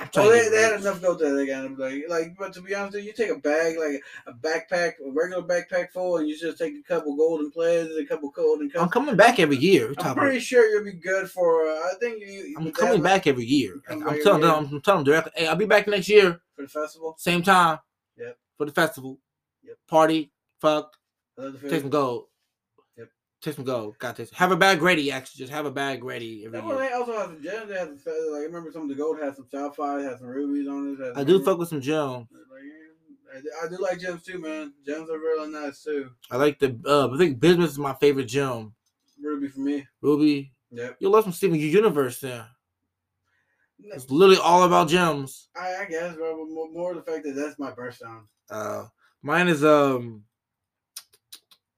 Speaker 2: I'm trying
Speaker 1: Well,
Speaker 2: to
Speaker 1: Oh, they,
Speaker 2: get
Speaker 1: they had
Speaker 2: rich.
Speaker 1: enough gold that they got. them, Like, like, but to be honest, with you you take a bag, like a backpack, a regular backpack full, and you just take a couple golden players, and a couple golden
Speaker 2: I'm
Speaker 1: cups.
Speaker 2: coming back every year. We're
Speaker 1: I'm,
Speaker 2: talking
Speaker 1: pretty sure you'll be good for. Uh, I think you. you-
Speaker 2: I'm
Speaker 1: with
Speaker 2: coming
Speaker 1: that, like,
Speaker 2: back every year.
Speaker 1: I'm
Speaker 2: I'm,
Speaker 1: back
Speaker 2: telling
Speaker 1: every
Speaker 2: them. I'm telling them directly. Hey, I'll be back next year,
Speaker 1: for the festival.
Speaker 2: same time.
Speaker 1: Yep.
Speaker 2: For the festival.
Speaker 1: Yep.
Speaker 2: Party. Fuck.
Speaker 1: I love the
Speaker 2: Take
Speaker 1: festival.
Speaker 2: some gold.
Speaker 1: Yep.
Speaker 2: Take some gold. Got this. Have a bag ready. Actually, just have a bag ready every
Speaker 1: That one,
Speaker 2: year.
Speaker 1: they also have some gems. They have some, feathers, like I remember some of the gold had some sapphires, had some rubies on it. had some
Speaker 2: I do
Speaker 1: emeralds.
Speaker 2: fuck with some gem.
Speaker 1: Like, yeah, I do- I do like gems too, man. Gems are really nice too.
Speaker 2: I like the. Uh, I think business is my favorite gem.
Speaker 1: Ruby for me.
Speaker 2: Ruby,
Speaker 1: Yep.
Speaker 2: you love some Steven Universe there. It's literally all about gems.
Speaker 1: I, I guess, bro, but more, more the fact that that's my birth sound.
Speaker 2: Uh, mine is um,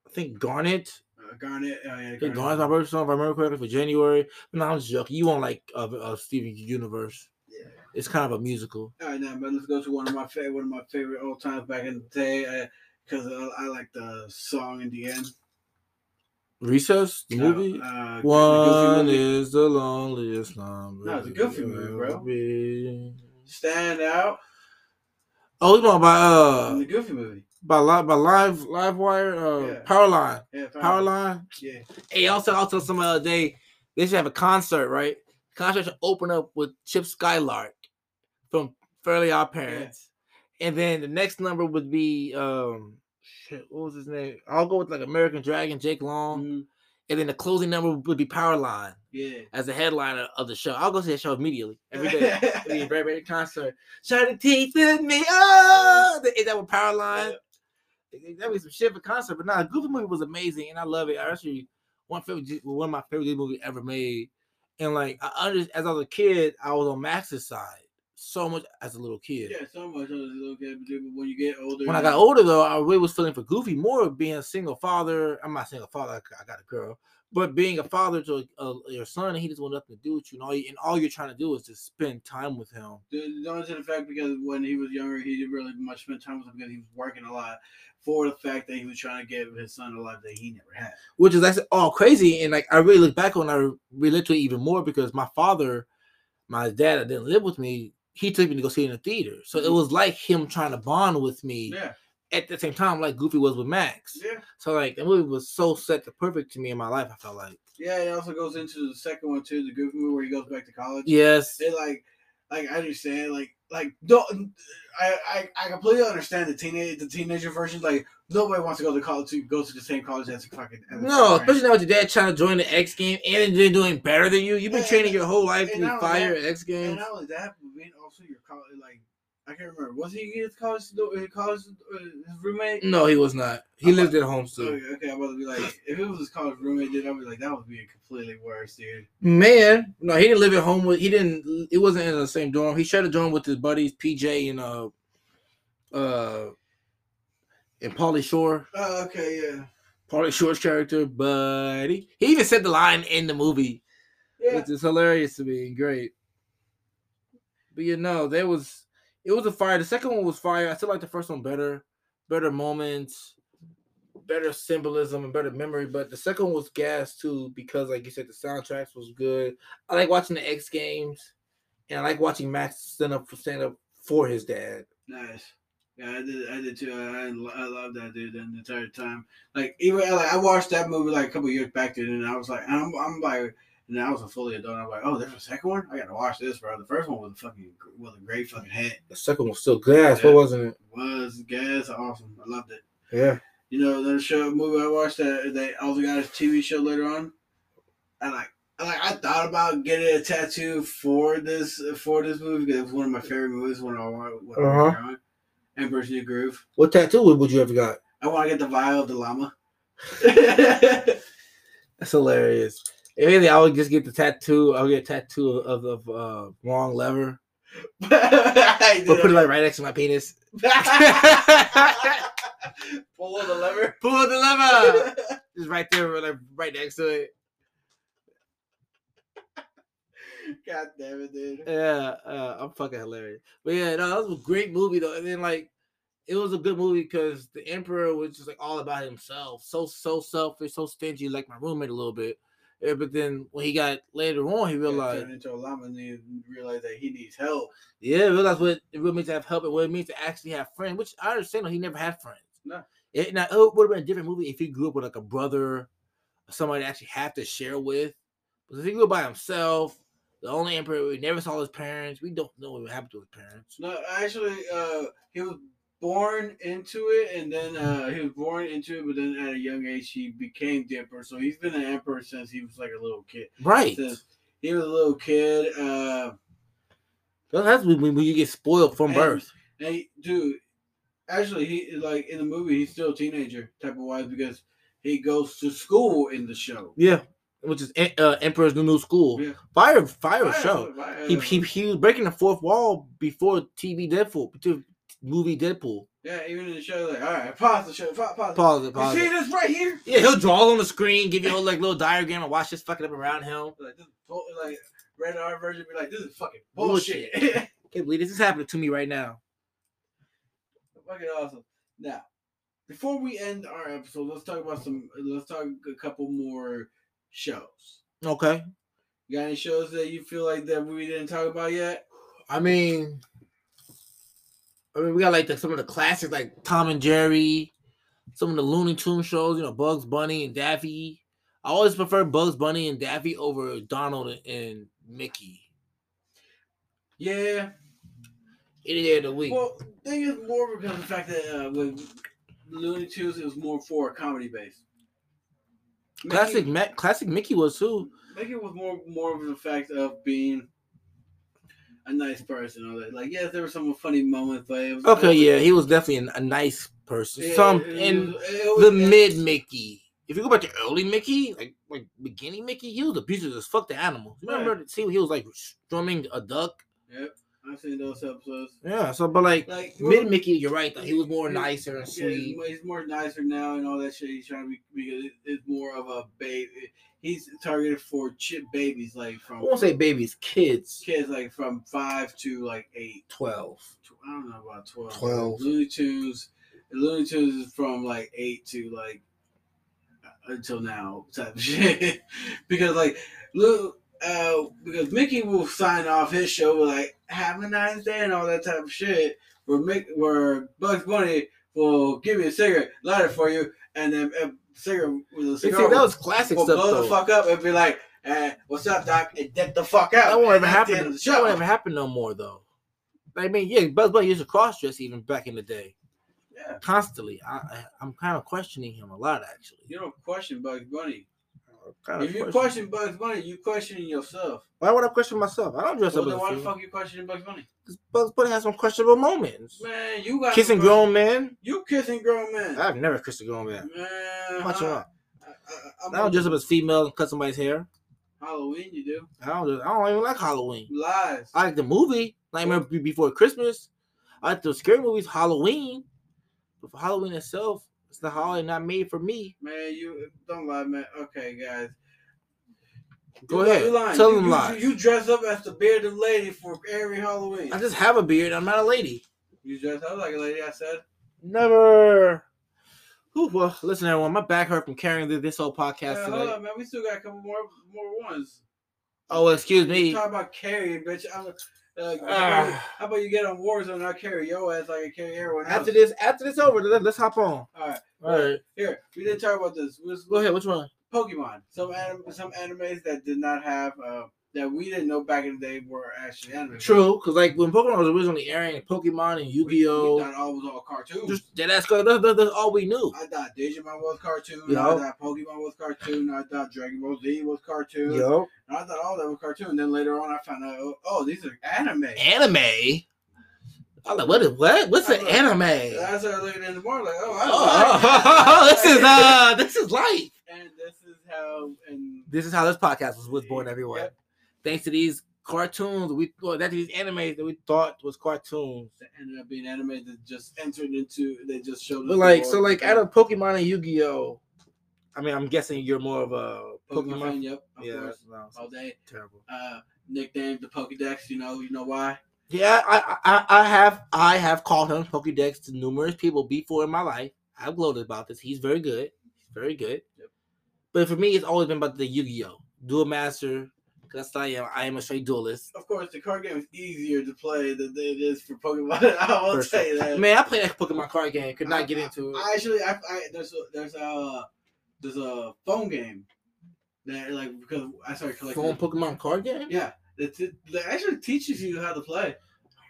Speaker 2: I think Garnet.
Speaker 1: Uh, Garnet. Oh, yeah,
Speaker 2: I think Garnet's my
Speaker 1: birth.
Speaker 2: birthday song, if I remember correctly, for January. No, I'm just joking. You won't like uh, uh, Steven Universe.
Speaker 1: Yeah.
Speaker 2: It's kind of a musical.
Speaker 1: All right, now, but let's go to one of my favorite, one of my favorite old times back in the day, because I, I like the song in the end.
Speaker 2: Recess, the
Speaker 1: No,
Speaker 2: movie.
Speaker 1: uh, Goofy
Speaker 2: One
Speaker 1: movie.
Speaker 2: is the loneliest number.
Speaker 1: No, it's a Goofy movie,
Speaker 2: you'll
Speaker 1: bro.
Speaker 2: ever be.
Speaker 1: Stand out
Speaker 2: Oh, you know by
Speaker 1: in
Speaker 2: uh
Speaker 1: the Goofy movie.
Speaker 2: by live by live live wire uh
Speaker 1: Yeah.
Speaker 2: power line
Speaker 1: Yeah, Power
Speaker 2: power
Speaker 1: Line.
Speaker 2: line.
Speaker 1: Yeah,
Speaker 2: Hey, also also some other day they should have a concert, right? Concert should open up with Chip Skylark from Fairly Odd Parents, and then the next number would be um, shit, what was his name? I'll go with like American Dragon, Jake Long,
Speaker 1: Mhm.
Speaker 2: and then the closing number would be Powerline
Speaker 1: yeah.
Speaker 2: as the headliner of the show. I'll go see the show immediately every day. It'd be a very very concert. Try to take with me, oh, They did that with Powerline. That was some shit for concert, but nah, Goofy movie was amazing, and I love it. I actually one favorite, G- one of my favorite Disney movies ever made, and like I under, as I was a kid, I was on Max's side so much as a little kid.
Speaker 1: yeah, so much on this little kid, but when you get older,
Speaker 2: When I got
Speaker 1: you-
Speaker 2: older, though, I really was feeling for Goofy more of being a single father. I'm not single father; I g- I got a girl, but being a father to a, a- your son, and he just want nothing to do with you, and all you, and all you're trying to do is just spend time with him.
Speaker 1: The the only to the fact because when he was younger, he didn't really much spend time with him because he was working a lot for the fact that he was trying to give his son a life that he never had.
Speaker 2: which is actually all crazy. And like I really look back on, it, I relate to it even more because my father, my dad, that didn't live with me. He took me to go see it in the theater, so it
Speaker 1: Mhm.
Speaker 2: was like him trying to bond with me
Speaker 1: Yeah,
Speaker 2: at the same time, like Goofy was with Max.
Speaker 1: yeah,
Speaker 2: So like the movie was so set to perfect to me in my life. I felt like
Speaker 1: yeah. It also goes into the second one too, the Goofy movie where he goes back to college.
Speaker 2: yes,
Speaker 1: They like, like I understand, like, like don't. I, I, I completely understand the teenage the teenager version. Like nobody wants to go to college to go to the same college as a fucking. as their
Speaker 2: no,
Speaker 1: parents.
Speaker 2: especially now with your dad trying to join the X game and then doing better than you. You've been
Speaker 1: And-
Speaker 2: training your whole life to
Speaker 1: and
Speaker 2: be
Speaker 1: not only
Speaker 2: fire
Speaker 1: that-
Speaker 2: at X
Speaker 1: And
Speaker 2: games.
Speaker 1: not only that, but being also your college, like I can't remember, was he his college his college uh, his roommate?
Speaker 2: No, he was not. He
Speaker 1: I'm
Speaker 2: lived at home still.
Speaker 1: Okay, okay, I'm about to be like, if it was his college roommate, dude, I'd be like, that would be completely worse, dude.
Speaker 2: Man, no, he didn't live at home with. He didn't. It wasn't in the same dorm. He shared a dorm with his buddies PJ and uh, uh, and Pauly Shore.
Speaker 1: Oh, okay, yeah.
Speaker 2: Pauly Shore's character, buddy. He even said the line in the movie,
Speaker 1: Yeah.
Speaker 2: which is hilarious to me and great. But you know, there was it was a fire. The second one was fire. I still like the first one better, better moments, better symbolism, and better memory. But the second one was gas too because, like you said, the soundtracks was good. I like watching the X Games, and I like watching Max stand up stand up for his dad.
Speaker 1: Nice. Yeah, I did. I did too. I, I lo- I love that dude the entire time. Like even like I watched that movie like a couple years back, dude, and I was like, I'm I'm like, and I was a fully adult. I'm like, oh, there's a second one. I gotta watch this, bro. The first one was a fucking was a great fucking hit.
Speaker 2: The second was still gas, but
Speaker 1: Yeah.
Speaker 2: wasn't it?
Speaker 1: Was gas awesome? I loved it.
Speaker 2: Yeah.
Speaker 1: You know, another show movie I watched that they also got a TV show later on. I like, I like, I thought about getting a tattoo for this for this movie because it was one of my favorite movies when I wa- when I was
Speaker 2: Uh-huh.
Speaker 1: growing. Emperor's New Groove.
Speaker 2: What tattoo would would you have got?
Speaker 1: I want to get the vial of the llama. yeah,
Speaker 2: That's hilarious. If anything, I would just get the tattoo. I'll get a tattoo of, of uh, wrong lever, but put it like right next to my penis.
Speaker 1: Pull the lever.
Speaker 2: Pull the lever. Just right there, like right next to it.
Speaker 1: God damn it, dude.
Speaker 2: Yeah, uh, I'm fucking hilarious. But yeah, no, that was a great movie though. And then like, it was a good movie because the emperor was just like all about himself, so so selfish, so stingy, like my roommate a little bit. Eh, But then when he got later on, he realized,
Speaker 1: turned into a llama and he realized that he needs help.
Speaker 2: yeah, realized what it really means to have help and what it means to actually have friends. Which I understand, like, he never had friends.
Speaker 1: No.
Speaker 2: It, now it would have been a different movie if he grew up with like a brother, or somebody to actually have to share with. But if he grew up by himself, the only emperor we never saw his parents. We don't know what happened to his parents.
Speaker 1: No, actually, uh, he was born into it, and then uh, he was born into it, but then at a young age he became the emperor. So he's been an emperor since he was like a little kid.
Speaker 2: Right.
Speaker 1: Since he was a little kid, uh,
Speaker 2: So That's when, when you get spoiled from
Speaker 1: And-
Speaker 2: birth.
Speaker 1: and he- dude, actually, he like in the movie he's still a teenager type of wise because he goes to school in the show.
Speaker 2: Yeah. Which is Em- uh, Emperor's New New School.
Speaker 1: Yeah.
Speaker 2: Fire, fire,
Speaker 1: Fire-
Speaker 2: show.
Speaker 1: fire-
Speaker 2: He, he, he was breaking the fourth wall before TV Deadpool, before movie Deadpool.
Speaker 1: yeah, even in the show, like, all right, pause the show, pause, pause. it.
Speaker 2: Pause it,
Speaker 1: You
Speaker 2: pause
Speaker 1: see
Speaker 2: it.
Speaker 1: this right here?
Speaker 2: Yeah, he'll draw on the screen, give you a whole, like little diagram, and watch this fucking up around him.
Speaker 1: Like, this, is bull- like red R version, be like, this is fucking
Speaker 2: Bullshit.
Speaker 1: bullshit.
Speaker 2: Can't believe this is happening to me right now.
Speaker 1: Fucking awesome. Now, before we end our episode, let's talk about some. Let's talk a couple more shows.
Speaker 2: Okay.
Speaker 1: You got any shows that you feel like that we didn't talk about yet?
Speaker 2: I mean, I mean, we got like the, some of the classics like Tom and Jerry, some of the Looney Tunes shows. You know, Bugs Bunny and Daffy. I always prefer Bugs Bunny and Daffy over Donald and Mickey.
Speaker 1: Yeah.
Speaker 2: Any day of the week.
Speaker 1: Well, thing is more because of the fact that uh, with Looney Tunes, it was more for a comedy base.
Speaker 2: classic, Ma- classic Mickey was too.
Speaker 1: Make it was more more of the fact of being a nice person. All that. Like, yes, there were some funny moments, but it was
Speaker 2: Okay, yeah, he was definitely an, a nice person.
Speaker 1: it-
Speaker 2: some
Speaker 1: it
Speaker 2: in
Speaker 1: was- it was-
Speaker 2: the
Speaker 1: it-
Speaker 2: mid Mickey. If you go back to early Mickey, like like beginning Mickey, he was abusive as fuck to animals. You remember see when he was like strumming a duck?
Speaker 1: I've seen those episodes.
Speaker 2: Yeah. So, but like
Speaker 1: Like
Speaker 2: mid Mickey, you're right though. He was more
Speaker 1: Yeah,
Speaker 2: nicer and
Speaker 1: Yeah, he's,
Speaker 2: sweet.
Speaker 1: mo- he's more nicer now and all that shit. He's trying to be because it, it's more of a baby. He's targeted for chip babies, like
Speaker 2: I
Speaker 1: from
Speaker 2: won't say babies, kids.
Speaker 1: kids, like from five to like eight.
Speaker 2: Twelve.
Speaker 1: Tw- I don't know about twelve.
Speaker 2: 12.
Speaker 1: Looney Tunes. Looney Tunes is from like eight to like until now type of shit. because like Lou. Uh, because Mickey will sign off his show with like "Have a nice day" and all that type of shit. Where Mick, where Bugs Bunny will give me a cigarette, light it for you, and then a cigarette with a
Speaker 2: See,
Speaker 1: cigarette
Speaker 2: that was classic
Speaker 1: will
Speaker 2: stuff
Speaker 1: blow the
Speaker 2: though.
Speaker 1: fuck up and be like, eh, "What's up, Doc?" and get the fuck out.
Speaker 2: That won't ever
Speaker 1: That's the end
Speaker 2: happen.
Speaker 1: of the
Speaker 2: That
Speaker 1: show.
Speaker 2: won't ever happen no more though. I mean, yeah, Buzz Bunny used to cross dress even back in the day.
Speaker 1: Yeah.
Speaker 2: Constantly, I, I I'm kind of questioning him a lot actually.
Speaker 1: You don't question Bugs Bunny.
Speaker 2: Kinda
Speaker 1: If you
Speaker 2: question-
Speaker 1: question Bugs Bunny, you questioning yourself.
Speaker 2: Why would I question myself? I don't dress
Speaker 1: So
Speaker 2: up as
Speaker 1: then
Speaker 2: a
Speaker 1: why the
Speaker 2: female.
Speaker 1: fuck you questioning Bugs Bunny?
Speaker 2: Because Bugs Bunny has some questionable moments.
Speaker 1: Man, you got
Speaker 2: Kissing grown men?
Speaker 1: You kissing grown man.
Speaker 2: I've never kissed a grown man.
Speaker 1: man,
Speaker 2: Watch
Speaker 1: I,
Speaker 2: your mouth.
Speaker 1: I, I, am
Speaker 2: I don't dress up as female and cut somebody's hair.
Speaker 1: Halloween. You do
Speaker 2: I don't. I don't even like Halloween.
Speaker 1: lies.
Speaker 2: I like the movie Nightmare Be- Before Christmas. I like the scary movies Halloween. But for Halloween itself, it's the holiday not made for me.
Speaker 1: man, you don't lie, man. Okay, guys.
Speaker 2: Go
Speaker 1: You-
Speaker 2: ahead,
Speaker 1: You lying.
Speaker 2: tell
Speaker 1: you,
Speaker 2: them
Speaker 1: you,
Speaker 2: lies.
Speaker 1: You dress up as the bearded lady for every Halloween.
Speaker 2: I just have a beard. I'm not a lady.
Speaker 1: you dress up like a lady. I said.
Speaker 2: Never. Whew, well, listen, everyone. My back hurt from carrying thi- this whole podcast
Speaker 1: Man, hold
Speaker 2: today.
Speaker 1: up, man. We still got a couple more more ones.
Speaker 2: Oh, excuse me.
Speaker 1: Talk about carrying, bitch. I'm. Uh,
Speaker 2: Ah.
Speaker 1: how about you get on Warzone and I carry your ass like I carry everyone else?
Speaker 2: After this, after this over, let, us hop on.
Speaker 1: All right.
Speaker 2: All right,
Speaker 1: Here, we didn't talk about this. Was
Speaker 2: go ahead. Which one?
Speaker 1: Pokemon. Some anim- some animes that did not have uh, that we didn't know back in the day were actually anime.
Speaker 2: True, because like when Pokemon was originally airing, Pokemon and
Speaker 1: We, we
Speaker 2: Yu-Gi-Oh,
Speaker 1: thought all was all cartoons.
Speaker 2: just that that's, that's, that's, that's all we knew.
Speaker 1: I thought Digimon was cartoon.
Speaker 2: Yeah.
Speaker 1: I thought Pokemon was cartoon. I thought Dragon Ball Z was cartoon.
Speaker 2: Yo,
Speaker 1: And I thought all that was cartoon. Then later on, I found out, oh, oh, these are anime.
Speaker 2: anime. I like what? Is, what? What's an anime?
Speaker 1: I started looking in the morning like, oh, I
Speaker 2: Oh,
Speaker 1: like it.
Speaker 2: this is uh, this is life.
Speaker 1: and this is how and
Speaker 2: This is how this podcast was, was born, everyone.
Speaker 1: Yep.
Speaker 2: Thanks to these cartoons, we well, that these animes that we thought was cartoons.
Speaker 1: that ended up being anime that just entered into. They just showed. us
Speaker 2: But
Speaker 1: the
Speaker 2: like, so
Speaker 1: world.
Speaker 2: like out of Pokemon and Yu-Gi-Oh, I mean, I'm guessing you're more of a
Speaker 1: Pokemon,
Speaker 2: Pokemon.
Speaker 1: fan, yep, of
Speaker 2: yeah,
Speaker 1: course,
Speaker 2: no, it's
Speaker 1: all day.
Speaker 2: terrible.
Speaker 1: uh, nicknamed the Pokedex. You know, you know why?
Speaker 2: Yeah, I, I, I I have I have called him Pokédex to numerous people before in my life. I've gloated about this. He's very good. He's very good.
Speaker 1: Yep.
Speaker 2: But for me, it's always been about the Yu-Gi-Oh. dual master. Cause I am. I am a straight duelist.
Speaker 1: Of course, the card game is easier to play than it is for Pokemon. I will
Speaker 2: First
Speaker 1: say that.
Speaker 2: Man, I played that Pokemon card game. Could not get into it.
Speaker 1: I actually, I, I there's a, there's a there's a phone game that like because I started collecting.
Speaker 2: Phone Pokemon card game.
Speaker 1: Yeah, it, it, that actually teaches you how to play.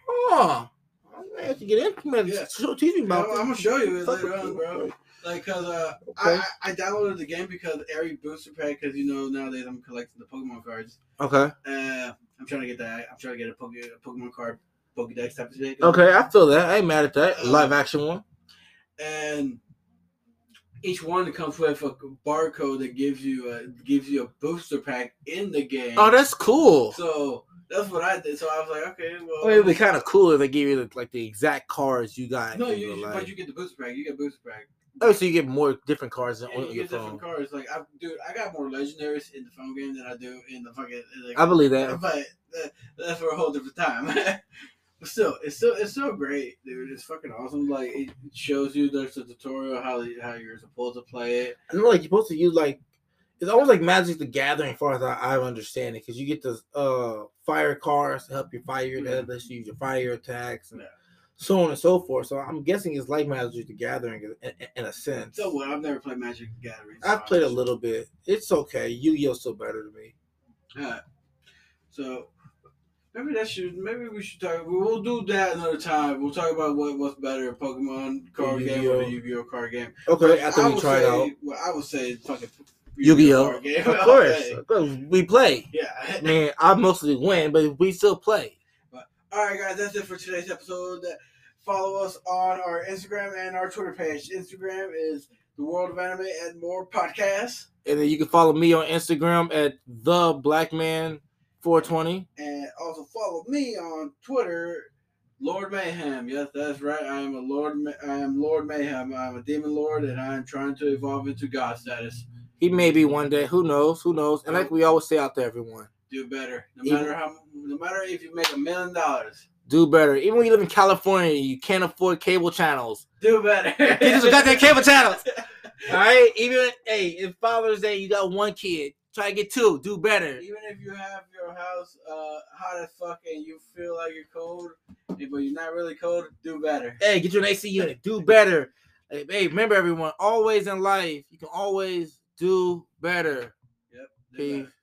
Speaker 2: Oh, I may have to get into it.
Speaker 1: Yeah.
Speaker 2: So teach me about.
Speaker 1: I'm,
Speaker 2: this.
Speaker 1: gonna show you it
Speaker 2: Fuck
Speaker 1: later
Speaker 2: with
Speaker 1: on,
Speaker 2: you.
Speaker 1: bro. Like, cause uh, I
Speaker 2: Okay.
Speaker 1: I I downloaded the game because every booster pack, cause you know nowadays I'm collecting the Pokemon cards.
Speaker 2: Okay.
Speaker 1: Uh, I'm trying to get that. I'm trying to get a, Poke, a Pokemon card, Pokedex type of shit.
Speaker 2: Okay, I feel that. I ain't mad at that.
Speaker 1: Uh-huh.
Speaker 2: Live action one.
Speaker 1: and each one comes with a barcode that gives you a gives you a booster pack in the game.
Speaker 2: Oh, that's cool. Oh,
Speaker 1: so that's what I did. So I was like, okay, well,
Speaker 2: I mean, it'd be kind of cool if they give you like the exact cards you got.
Speaker 1: no,
Speaker 2: in
Speaker 1: you,
Speaker 2: real
Speaker 1: you
Speaker 2: life.
Speaker 1: but you get the booster pack. You get booster pack.
Speaker 2: oh, so you get more different cards than
Speaker 1: And
Speaker 2: on
Speaker 1: you
Speaker 2: your
Speaker 1: get
Speaker 2: phone.
Speaker 1: different cards. Like, I, dude, I got more legendaries in the phone game than I do in the fucking. Like,
Speaker 2: I believe that.
Speaker 1: but that, that's for a whole different time. but still, it's still it's so great, dude. It's fucking awesome. Like, it shows you there's a tutorial how how you're supposed to play it.
Speaker 2: I know, like you're supposed to use like it's almost like Magic the Gathering, as far as I, I understand it, because you get the uh fire cards to help you fire
Speaker 1: Yeah.
Speaker 2: that lets you use your fire attacks and
Speaker 1: Mm-hmm. Yeah.
Speaker 2: so on and so forth. So I'm guessing it's like Magic the Gathering in, in, in a sense.
Speaker 1: So what? I've never played Magic the Gathering. so
Speaker 2: I've played a
Speaker 1: I-
Speaker 2: little bit. It's okay. Yu Gi Oh's still better than me.
Speaker 1: Alright. So maybe that should maybe we should talk. we- We'll do that another time. We'll talk about what what's better, Pokemon card game or the
Speaker 2: Yu-Gi-Oh.
Speaker 1: Yu-Gi-Oh card game.
Speaker 2: Okay, after
Speaker 1: I
Speaker 2: we
Speaker 1: would
Speaker 2: try it
Speaker 1: say-
Speaker 2: out.
Speaker 1: well, I would say fucking
Speaker 2: Yu-Gi-Oh.
Speaker 1: card game.
Speaker 2: Of course,
Speaker 1: Hey,
Speaker 2: of course, we play.
Speaker 1: Yeah.
Speaker 2: Man, I mostly win, but we still play.
Speaker 1: All right, guys, that's it for today's episode. Follow us on our Instagram and our Twitter page. Instagram is the World of Anime and More podcast,
Speaker 2: And then you can follow me on Instagram at the Black Man 420.
Speaker 1: and also follow me on Twitter, Lord Mayhem. Yes, that's right. I am a Lord. Ma- I am Lord Mayhem. I am a demon lord, and I am trying to evolve into God status.
Speaker 2: He may be one day. Who knows? Who knows? And like we always say out there, everyone,
Speaker 1: Do better, no
Speaker 2: Even-
Speaker 1: matter how, no matter if you make a million dollars.
Speaker 2: do better. Even when you live in California, you can't afford cable channels.
Speaker 1: Do better.
Speaker 2: Get you some goddamn cable channels. All right. Even hey, if Father's Day, you got one kid. Try to get two. Do better.
Speaker 1: Even if you have your house uh, hot as fuck and you feel like you're cold, but you're not really cold, do better.
Speaker 2: Hey, get you an AC unit. Do better. Hey, hey, remember everyone, always in life, you can always do better.
Speaker 1: Yep. Do
Speaker 2: Peace.
Speaker 1: better.